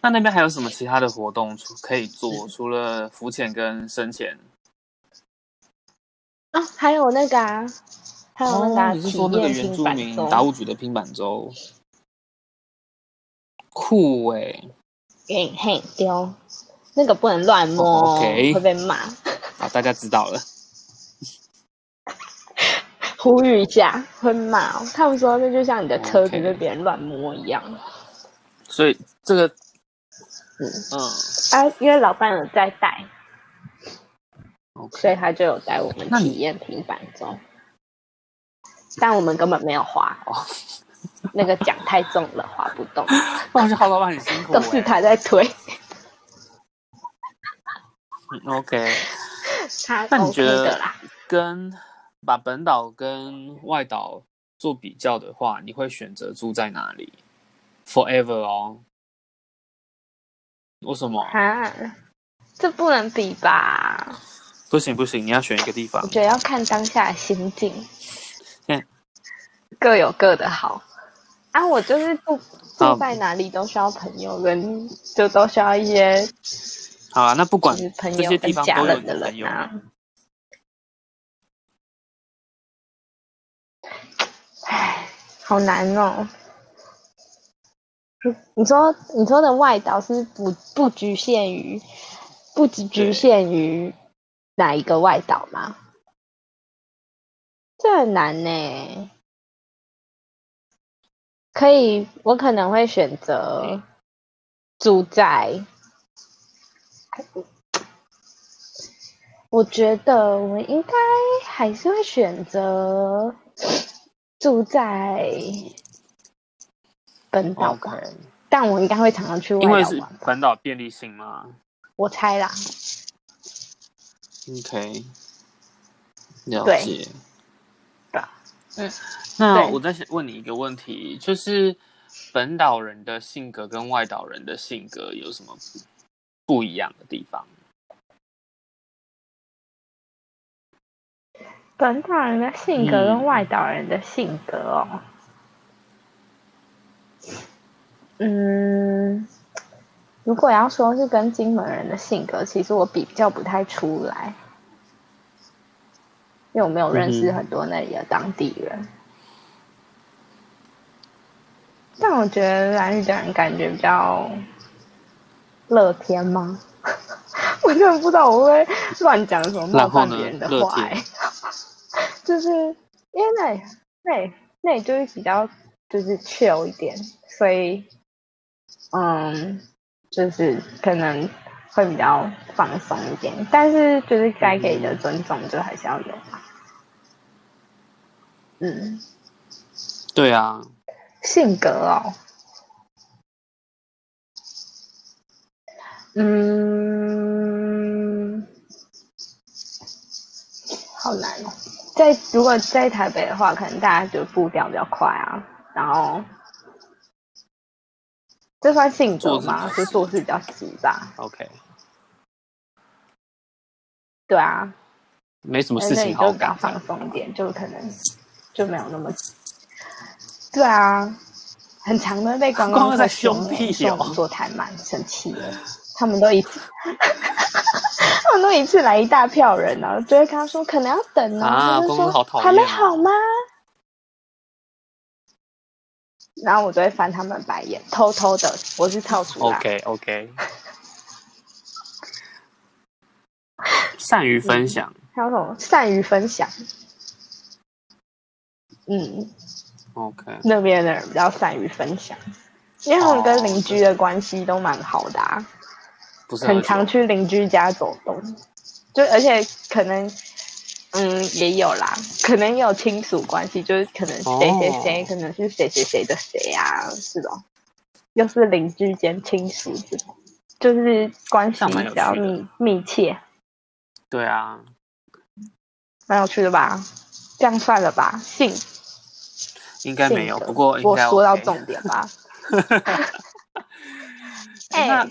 Speaker 1: 那那边还有什么其他的活动除可以做？除了浮潜跟深潜？
Speaker 2: 啊，还有那个啊，还有 [LAUGHS] 那个、啊
Speaker 1: 哦，你是说
Speaker 2: 体
Speaker 1: 那个
Speaker 2: 验
Speaker 1: 原
Speaker 2: 平
Speaker 1: 住
Speaker 2: 板
Speaker 1: 民
Speaker 2: 舟
Speaker 1: 达悟族的平板舟？酷哎、
Speaker 2: 嘿嘿丢，那个不能乱摸
Speaker 1: 哦
Speaker 2: 哦，
Speaker 1: ，OK
Speaker 2: 会被骂。
Speaker 1: 好，大家知道了。
Speaker 2: 呼吁一下，会骂、哦。他们说那就像你的车子
Speaker 1: 哦 OK
Speaker 2: 被别人乱摸一样。
Speaker 1: 所以这个，
Speaker 2: 嗯
Speaker 1: 嗯
Speaker 2: 啊，因为老伴有在带，所以
Speaker 1: ，OK，
Speaker 2: 他就有带我们
Speaker 1: 那
Speaker 2: 体
Speaker 1: 你
Speaker 2: 验平板舟，但我们根本没有滑
Speaker 1: 哦，
Speaker 2: [LAUGHS] 那个桨太重了，滑不动，
Speaker 1: 哇，这好老板很辛苦、
Speaker 2: 都是
Speaker 1: 欸。
Speaker 2: 他在推。
Speaker 1: 嗯 OK，
Speaker 2: [LAUGHS] 他
Speaker 1: 那你
Speaker 2: OK
Speaker 1: 觉得
Speaker 2: 的啦，
Speaker 1: 跟把本岛跟外岛做比较的话，你会选择住在哪里？Forever 哦？为什么？
Speaker 2: 啊，这不能比吧？
Speaker 1: 不行不行，你要选一个地方
Speaker 2: 我。觉得要看当下的心境，
Speaker 1: 嗯
Speaker 2: 各有各的好。啊，我就是住
Speaker 1: 好
Speaker 2: 住在哪里都需要朋友跟，就都需要一些
Speaker 1: 好啊，那不
Speaker 2: 就
Speaker 1: 管
Speaker 2: 是朋
Speaker 1: 这
Speaker 2: 友
Speaker 1: 些
Speaker 2: 跟
Speaker 1: 地方
Speaker 2: 家
Speaker 1: 都有
Speaker 2: 人
Speaker 1: 你
Speaker 2: 的
Speaker 1: 的朋
Speaker 2: 人
Speaker 1: 友。
Speaker 2: 啊。唉，好难哦。你说你说的外岛是不不局限于不只局限于哪一个外岛吗？这很难呢、可以，我可能会选择住在。哎我觉得我应该还是会选择住在本岛吧
Speaker 1: OK
Speaker 2: 但我应该会常常去
Speaker 1: 因
Speaker 2: 外
Speaker 1: 为
Speaker 2: 岛
Speaker 1: 是
Speaker 2: 玩吧，
Speaker 1: 本岛便利性嘛。
Speaker 2: 我猜啦。
Speaker 1: OK，了
Speaker 2: 对
Speaker 1: 解。
Speaker 2: 吧嗯，
Speaker 1: 那
Speaker 2: 对
Speaker 1: 我再想问你一个问题，就是本岛人的性格跟外岛人的性格有什么不一样的地方？
Speaker 2: 本岛人的性格
Speaker 1: 嗯
Speaker 2: 跟外岛人的性格哦，嗯，如果要说是跟金门人的性格，其实我比较不太出来，因为我没有认
Speaker 1: 嗯
Speaker 2: 识
Speaker 1: 哼
Speaker 2: 很多那里的当地人。但我觉得蓝屿的人感觉比较乐天吗？ [LAUGHS] 我真的不知道我会不会乱讲什么冒
Speaker 1: 然后
Speaker 2: 犯
Speaker 1: 呢
Speaker 2: 别人的
Speaker 1: 乐
Speaker 2: 话、
Speaker 1: 天
Speaker 2: 欸， [LAUGHS] 就是因为那里那里那里就是比较就是 chill 一点，所以嗯，就是可能会比较放松一点，但是就是该给的尊重就还是要有嘛。嗯，
Speaker 1: 对啊，
Speaker 2: 性格哦，嗯，好难哦。在如果在台北的话，可能大家就步调比较快啊，然后这算性格
Speaker 1: 做事比
Speaker 2: 吗
Speaker 1: 较？
Speaker 2: 就
Speaker 1: 急
Speaker 2: 做事比较急吧。
Speaker 1: OK，
Speaker 2: 对啊，
Speaker 1: 没什么
Speaker 2: 但
Speaker 1: 事
Speaker 2: 是哎你
Speaker 1: 情
Speaker 2: 就
Speaker 1: 好
Speaker 2: 比较
Speaker 1: 感。
Speaker 2: 放松一点，就可能就没有那么。对啊，很常的被观
Speaker 1: 光
Speaker 2: 光
Speaker 1: 哥
Speaker 2: 客
Speaker 1: 在凶
Speaker 2: 说
Speaker 1: 屁
Speaker 2: 说
Speaker 1: 哦
Speaker 2: 我们做太慢，生气了。他们都一次， [LAUGHS] 他们都一次来一大票人然后就会跟他说可能要等哦，
Speaker 1: 啊
Speaker 2: 他就
Speaker 1: 光哥好讨
Speaker 2: 说
Speaker 1: 厌
Speaker 2: 还没
Speaker 1: 哦
Speaker 2: 好吗？然后我就会翻他们白眼，偷偷的，我是跳出来。
Speaker 1: OK OK，善于分享。
Speaker 2: 还有什么善于分享？嗯，
Speaker 1: OK，
Speaker 2: 那边的人比较善于分享，因为他们跟邻居的关系都蛮好的、啊，
Speaker 1: 不是
Speaker 2: 很
Speaker 1: 喝酒
Speaker 2: 常去邻居家走动，就而且可能。嗯，也有啦，可能也有亲属关系，就是可能谁谁谁，
Speaker 1: 哦
Speaker 2: 可能是谁谁谁的谁啊，这种，又是邻居间亲属这种，就是关系
Speaker 1: 这样蛮有
Speaker 2: 比
Speaker 1: 趣
Speaker 2: 较
Speaker 1: 的
Speaker 2: 密密切，
Speaker 1: 对啊，
Speaker 2: 蛮有趣的吧？这样算了吧，性
Speaker 1: 应该没有，
Speaker 2: 性格
Speaker 1: 不过应
Speaker 2: 我
Speaker 1: 该
Speaker 2: 说到
Speaker 1: OK
Speaker 2: 重点吧。
Speaker 1: [LAUGHS] 哎
Speaker 2: [LAUGHS] 哎、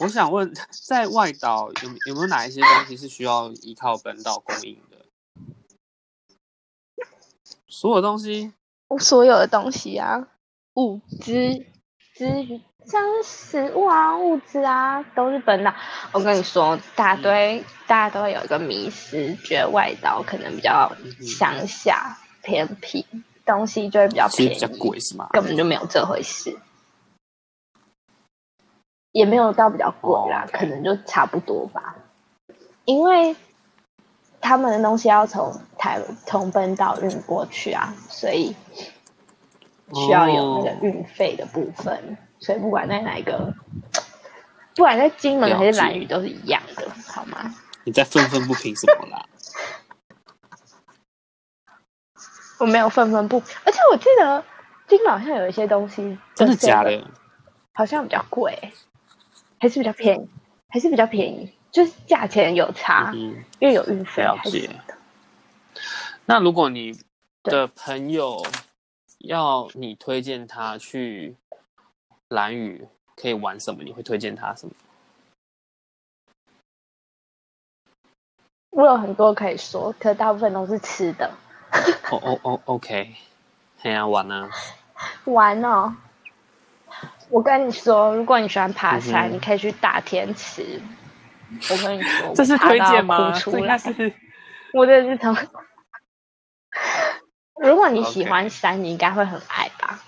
Speaker 1: 我想问，在外岛有有没有哪一些东西是需要依靠本岛供应的？所有东西
Speaker 2: 我所有的东西啊，物资、资源像是食物啊、物资啊，都是本岛。我跟你说，大
Speaker 1: 嗯
Speaker 2: 家都会、大家都会有一个迷失，觉得外岛可能比较
Speaker 1: 嗯哼
Speaker 2: 乡下、偏僻，东西就会比较
Speaker 1: 其
Speaker 2: 便
Speaker 1: 实比较
Speaker 2: 宜，
Speaker 1: 贵是吗？
Speaker 2: 根本就没有这回事。也没有到比较贵
Speaker 1: 哦
Speaker 2: 啦
Speaker 1: ，，OK
Speaker 2: 可能就差不多吧。因为他们的东西要从台从本岛运过去啊，所以需要有那
Speaker 1: 哦
Speaker 2: 个运费的部分。所以不管在哪一个，不管在金门还
Speaker 1: 了
Speaker 2: 是
Speaker 1: 解
Speaker 2: 兰屿都是一样的，好吗？
Speaker 1: 你在愤愤不平什么啦？
Speaker 2: 我没有愤愤不，而且我记得金门好像有一些东西
Speaker 1: 真的假
Speaker 2: 7-Eleven
Speaker 1: 的？
Speaker 2: 好像比较贵，还是比较便宜，还是比较便宜，就是价钱有差，
Speaker 1: 嗯，
Speaker 2: 因为有运费
Speaker 1: 了
Speaker 2: 还是什
Speaker 1: 解
Speaker 2: 么的。。啊
Speaker 1: 那如果你的朋友要你推荐他去蓝屿，可以玩什么？你会推荐他什么？
Speaker 2: 我有很多可以说，可大部分都是吃的。
Speaker 1: 哦哦哦，OK，嘿呀、啊，玩啊！
Speaker 2: 玩哦。我跟你说，如果你喜欢爬山，
Speaker 1: 嗯哼
Speaker 2: 你可以去大天池。我跟你说，
Speaker 1: 这是
Speaker 2: 我爬
Speaker 1: 推
Speaker 2: 到
Speaker 1: 荐吗？
Speaker 2: 哭出
Speaker 1: 这应该
Speaker 2: 来，
Speaker 1: 是
Speaker 2: 我真的是从。如果你喜欢山，你应该会很爱吧。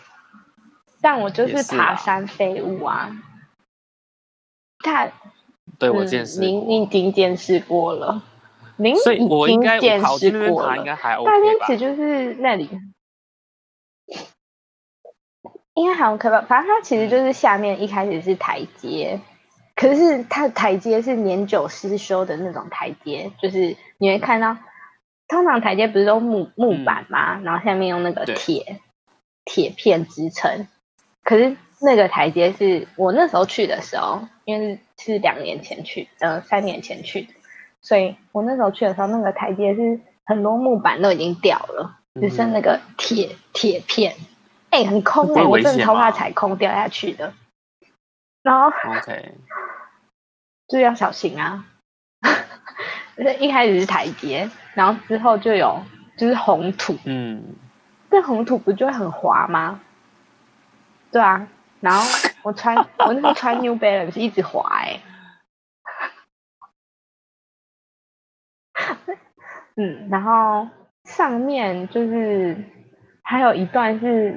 Speaker 2: 但我就
Speaker 1: 也
Speaker 2: 是
Speaker 1: 是
Speaker 2: 爬
Speaker 1: 啊
Speaker 2: 山废物啊。大
Speaker 1: 对我
Speaker 2: 嗯
Speaker 1: 见识
Speaker 2: 你嗯
Speaker 1: 过。
Speaker 2: 你已经见识过了。您
Speaker 1: 所以我应该
Speaker 2: 已经
Speaker 1: 我跑
Speaker 2: 见
Speaker 1: 去那
Speaker 2: 识
Speaker 1: 边
Speaker 2: 过
Speaker 1: 爬
Speaker 2: 了
Speaker 1: 应。该还 OK
Speaker 2: 大天
Speaker 1: 吧？
Speaker 2: 池就是那里，应该还 OK 吧？反正它
Speaker 1: 嗯
Speaker 2: 其实就是下面一开始是台阶，可是它的台阶是年久失修的那种台阶，就是你会看到，通常台阶不是都木木板吗？然后下面用那个
Speaker 1: 嗯对
Speaker 2: 铁铁片支撑，可是那个台阶是我那时候去的时候，因为是是两年前去，呃，三年前去的，所以我那时候去的时候，那个台阶是很多木板都已经掉了，
Speaker 1: 嗯
Speaker 2: 只剩那个铁铁片，哎、很空
Speaker 1: 那不
Speaker 2: 哎、
Speaker 1: 会
Speaker 2: 我
Speaker 1: 危
Speaker 2: 真的
Speaker 1: 险
Speaker 2: 超怕
Speaker 1: 吗
Speaker 2: 踩空掉下去的。然后
Speaker 1: 嗯 OK，
Speaker 2: 就要小心啊！ [LAUGHS] 就是一开始是台阶，然后之后就有就是红土，
Speaker 1: 嗯，
Speaker 2: 这红土不就会很滑吗？对啊，然后我穿我那时候穿 New Balance 一直滑哎、嗯，然后上面就是还有一段是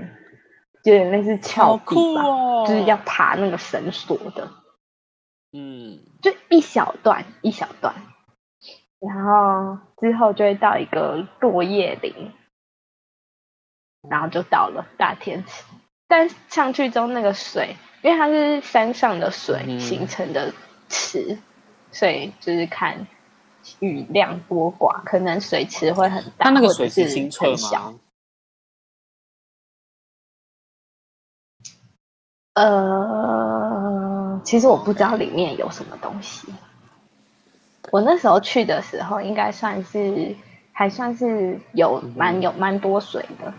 Speaker 2: 有点类似峭
Speaker 1: 好
Speaker 2: 壁
Speaker 1: 酷
Speaker 2: 吧，
Speaker 1: 哦，
Speaker 2: 就是要爬那个绳索的，
Speaker 1: 嗯，
Speaker 2: 就一小段一小段，然后之后就会到一个落叶林，然后就到了大天池。但上去之后，那个水，因为它是山上的水
Speaker 1: 嗯
Speaker 2: 形成的池，所以就是看雨量多寡，可能水池会很大，
Speaker 1: 它那
Speaker 2: 或
Speaker 1: 个
Speaker 2: 者
Speaker 1: 水是
Speaker 2: 是
Speaker 1: 清澈
Speaker 2: 很小
Speaker 1: 吗？
Speaker 2: 呃，其实我不知道里面有什么东西。我那时候去的时候，应该算是还算是有
Speaker 1: 嗯
Speaker 2: 蛮有蛮多水的，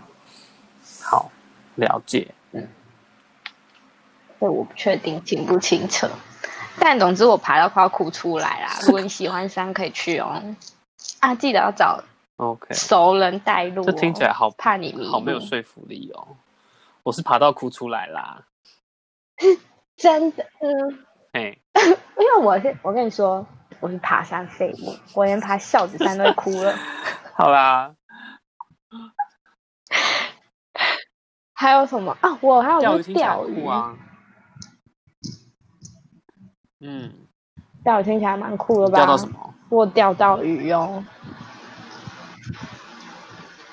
Speaker 1: 好，了解。
Speaker 2: 所以我不确定清不清澈。但总之我爬到快要哭出来啦！如果你喜欢山，可以去哦。啊，记得要找
Speaker 1: OK，
Speaker 2: 熟人带路、哦。
Speaker 1: 这听起来好
Speaker 2: 怕你迷路
Speaker 1: 好没有说服力哦。我是爬到哭出来啦，
Speaker 2: 真的，嗯，
Speaker 1: 哎，
Speaker 2: 因为我是我跟你说，我是爬山废物，我连爬孝子山都会哭了。
Speaker 1: 好啦，
Speaker 2: 还有什么啊？我还有
Speaker 1: 钓鱼听
Speaker 2: 去
Speaker 1: 起来
Speaker 2: 钓
Speaker 1: 很
Speaker 2: 鱼
Speaker 1: 酷，啊。嗯，
Speaker 2: 钓鱼听起来蛮酷的吧？
Speaker 1: 钓到什？么？
Speaker 2: 我钓到鱼哦，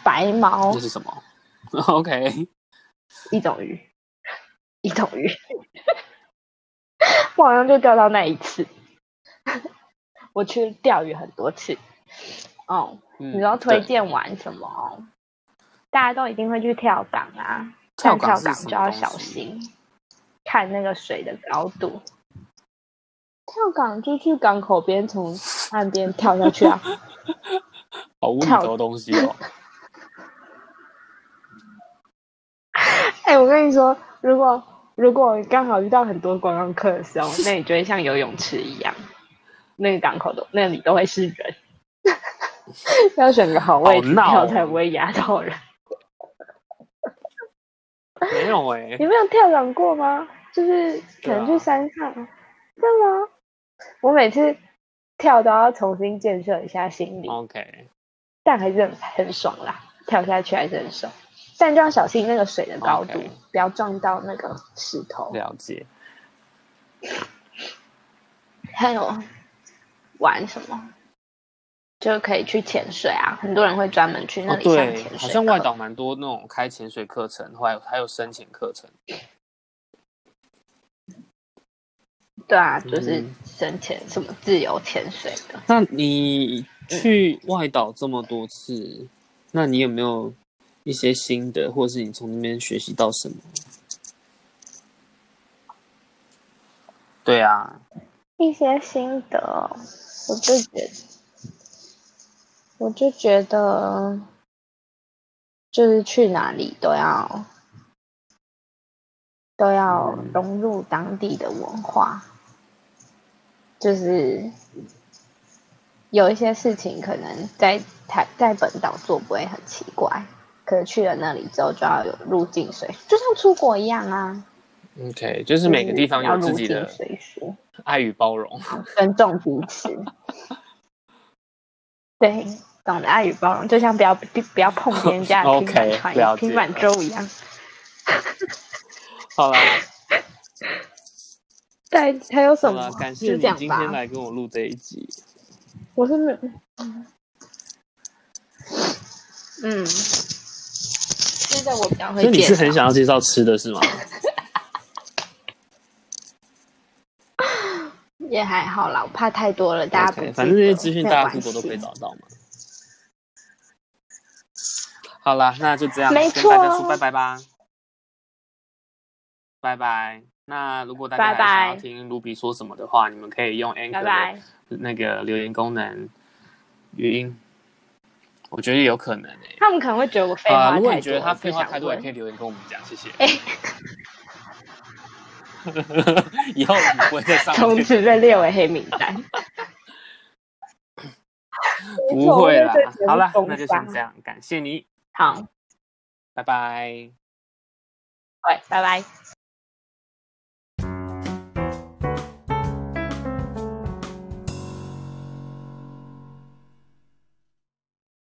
Speaker 2: 白毛
Speaker 1: 那是什么？OK， [LAUGHS]
Speaker 2: 一种鱼，一种鱼。我好像就钓到那一次，我去钓鱼很多次。哦，
Speaker 1: 你
Speaker 2: 你要推荐玩什么哦？大家都一定会去跳港啊，
Speaker 1: 跳
Speaker 2: 但
Speaker 1: 港
Speaker 2: 跳
Speaker 1: 是
Speaker 2: 港
Speaker 1: 什
Speaker 2: 就
Speaker 1: 么
Speaker 2: 要
Speaker 1: 东
Speaker 2: 小
Speaker 1: 西
Speaker 2: 心，看那个水的高度。跳港就去港口边从岸边跳下去啊，
Speaker 1: 好无厘头的东西哦。
Speaker 2: 哎、我跟你说，如果如果刚好遇到很多观光客的时候，那你就会像游泳池一样，那个港口都那里都会是人， [LAUGHS] 要选个好位
Speaker 1: 好
Speaker 2: 置
Speaker 1: 闹
Speaker 2: 跳
Speaker 1: 哦
Speaker 2: 才不会压到人。
Speaker 1: 没有哎、
Speaker 2: 你没有跳伞过吗？就是可能
Speaker 1: 啊
Speaker 2: 去山上，对吗？我每次跳都要重新建设一下心
Speaker 1: 哦
Speaker 2: 理，
Speaker 1: OK，
Speaker 2: 但还是很很爽啦，跳下去还是很爽。但就要小心那个水的高度
Speaker 1: OK 啊
Speaker 2: 不要撞到那个石头。
Speaker 1: 了解。
Speaker 2: 还有玩什么，就可以去潜水啊，很多人会专门去那
Speaker 1: 哦，
Speaker 2: 里上潜
Speaker 1: 对
Speaker 2: 水、，
Speaker 1: 好像外。岛蛮多那种开潜水课程，还有还有深潜课程。
Speaker 2: 对啊，就是
Speaker 1: 嗯
Speaker 2: 深潜、什么自由潜水的。
Speaker 1: 那你去外岛这么多次，那你有没有一些新的，或是你从那边学习到什么？对啊，
Speaker 2: 一些心得哦，我就觉得，我就觉得，就是去哪里都要都要融入当地的文化，就是有一些事情可能在台在本岛做不会很奇怪，可是去了那里之后就要有入境随俗，就像出国一样啊，
Speaker 1: 嗯 OK，就是
Speaker 2: 就
Speaker 1: 每个地方
Speaker 2: 要
Speaker 1: 有自
Speaker 2: 入
Speaker 1: 己
Speaker 2: 境
Speaker 1: 的
Speaker 2: 随俗。
Speaker 1: 爱与包容。
Speaker 2: 尊重彼此，对，懂得爱与包容，就像不要不要碰别
Speaker 1: [LAUGHS]
Speaker 2: 人家的平
Speaker 1: OK，
Speaker 2: 板船
Speaker 1: 了解
Speaker 2: 平板舟一样。
Speaker 1: [LAUGHS] 好啦，
Speaker 2: 对，还有什
Speaker 1: 好
Speaker 2: 么
Speaker 1: 啦，？感谢
Speaker 2: 就
Speaker 1: 你
Speaker 2: 这样
Speaker 1: 今
Speaker 2: 吧
Speaker 1: 天。来跟我录这一集。
Speaker 4: 我是没有，嗯，现在我比较会
Speaker 1: 所以你
Speaker 4: 介
Speaker 1: 是
Speaker 4: 绍
Speaker 1: 很。想要介绍吃的是 [LAUGHS] 吗？
Speaker 2: 也还好啦，我怕太多了，大家不
Speaker 1: OK，
Speaker 2: 记
Speaker 1: 反正这
Speaker 2: 得
Speaker 1: 些资讯
Speaker 2: 没有
Speaker 1: 大家
Speaker 2: 关
Speaker 1: Google 都可以
Speaker 2: 系
Speaker 1: 找到嘛。好啦，那就这样，
Speaker 2: 没
Speaker 1: 跟大家
Speaker 2: 错
Speaker 1: 说拜拜吧，拜拜。那如果大家还
Speaker 2: 拜拜
Speaker 1: 想要听卢比说什么的话，你们可以用 Anchor
Speaker 2: 拜
Speaker 1: 的
Speaker 2: 拜，
Speaker 1: 那个留言功能语音，我觉得有可能诶、
Speaker 2: 他们可能会觉得我废
Speaker 1: 啊、
Speaker 2: 话太多了，
Speaker 1: 如果你觉得他废话
Speaker 2: 不想
Speaker 1: 太多，也
Speaker 2: 问
Speaker 1: 可以留言跟我们讲，谢谢。
Speaker 2: 哎
Speaker 1: [LAUGHS] 以后你不会再上
Speaker 2: 从
Speaker 1: 面
Speaker 2: 此被列为黑名单。
Speaker 1: [LAUGHS] 不会啦
Speaker 2: 我觉得这节。目
Speaker 1: 好啦，
Speaker 2: 疯
Speaker 1: 那就先
Speaker 2: 吧
Speaker 1: 这样，感谢你，
Speaker 2: 好，
Speaker 1: 拜拜。
Speaker 2: 喂，拜拜。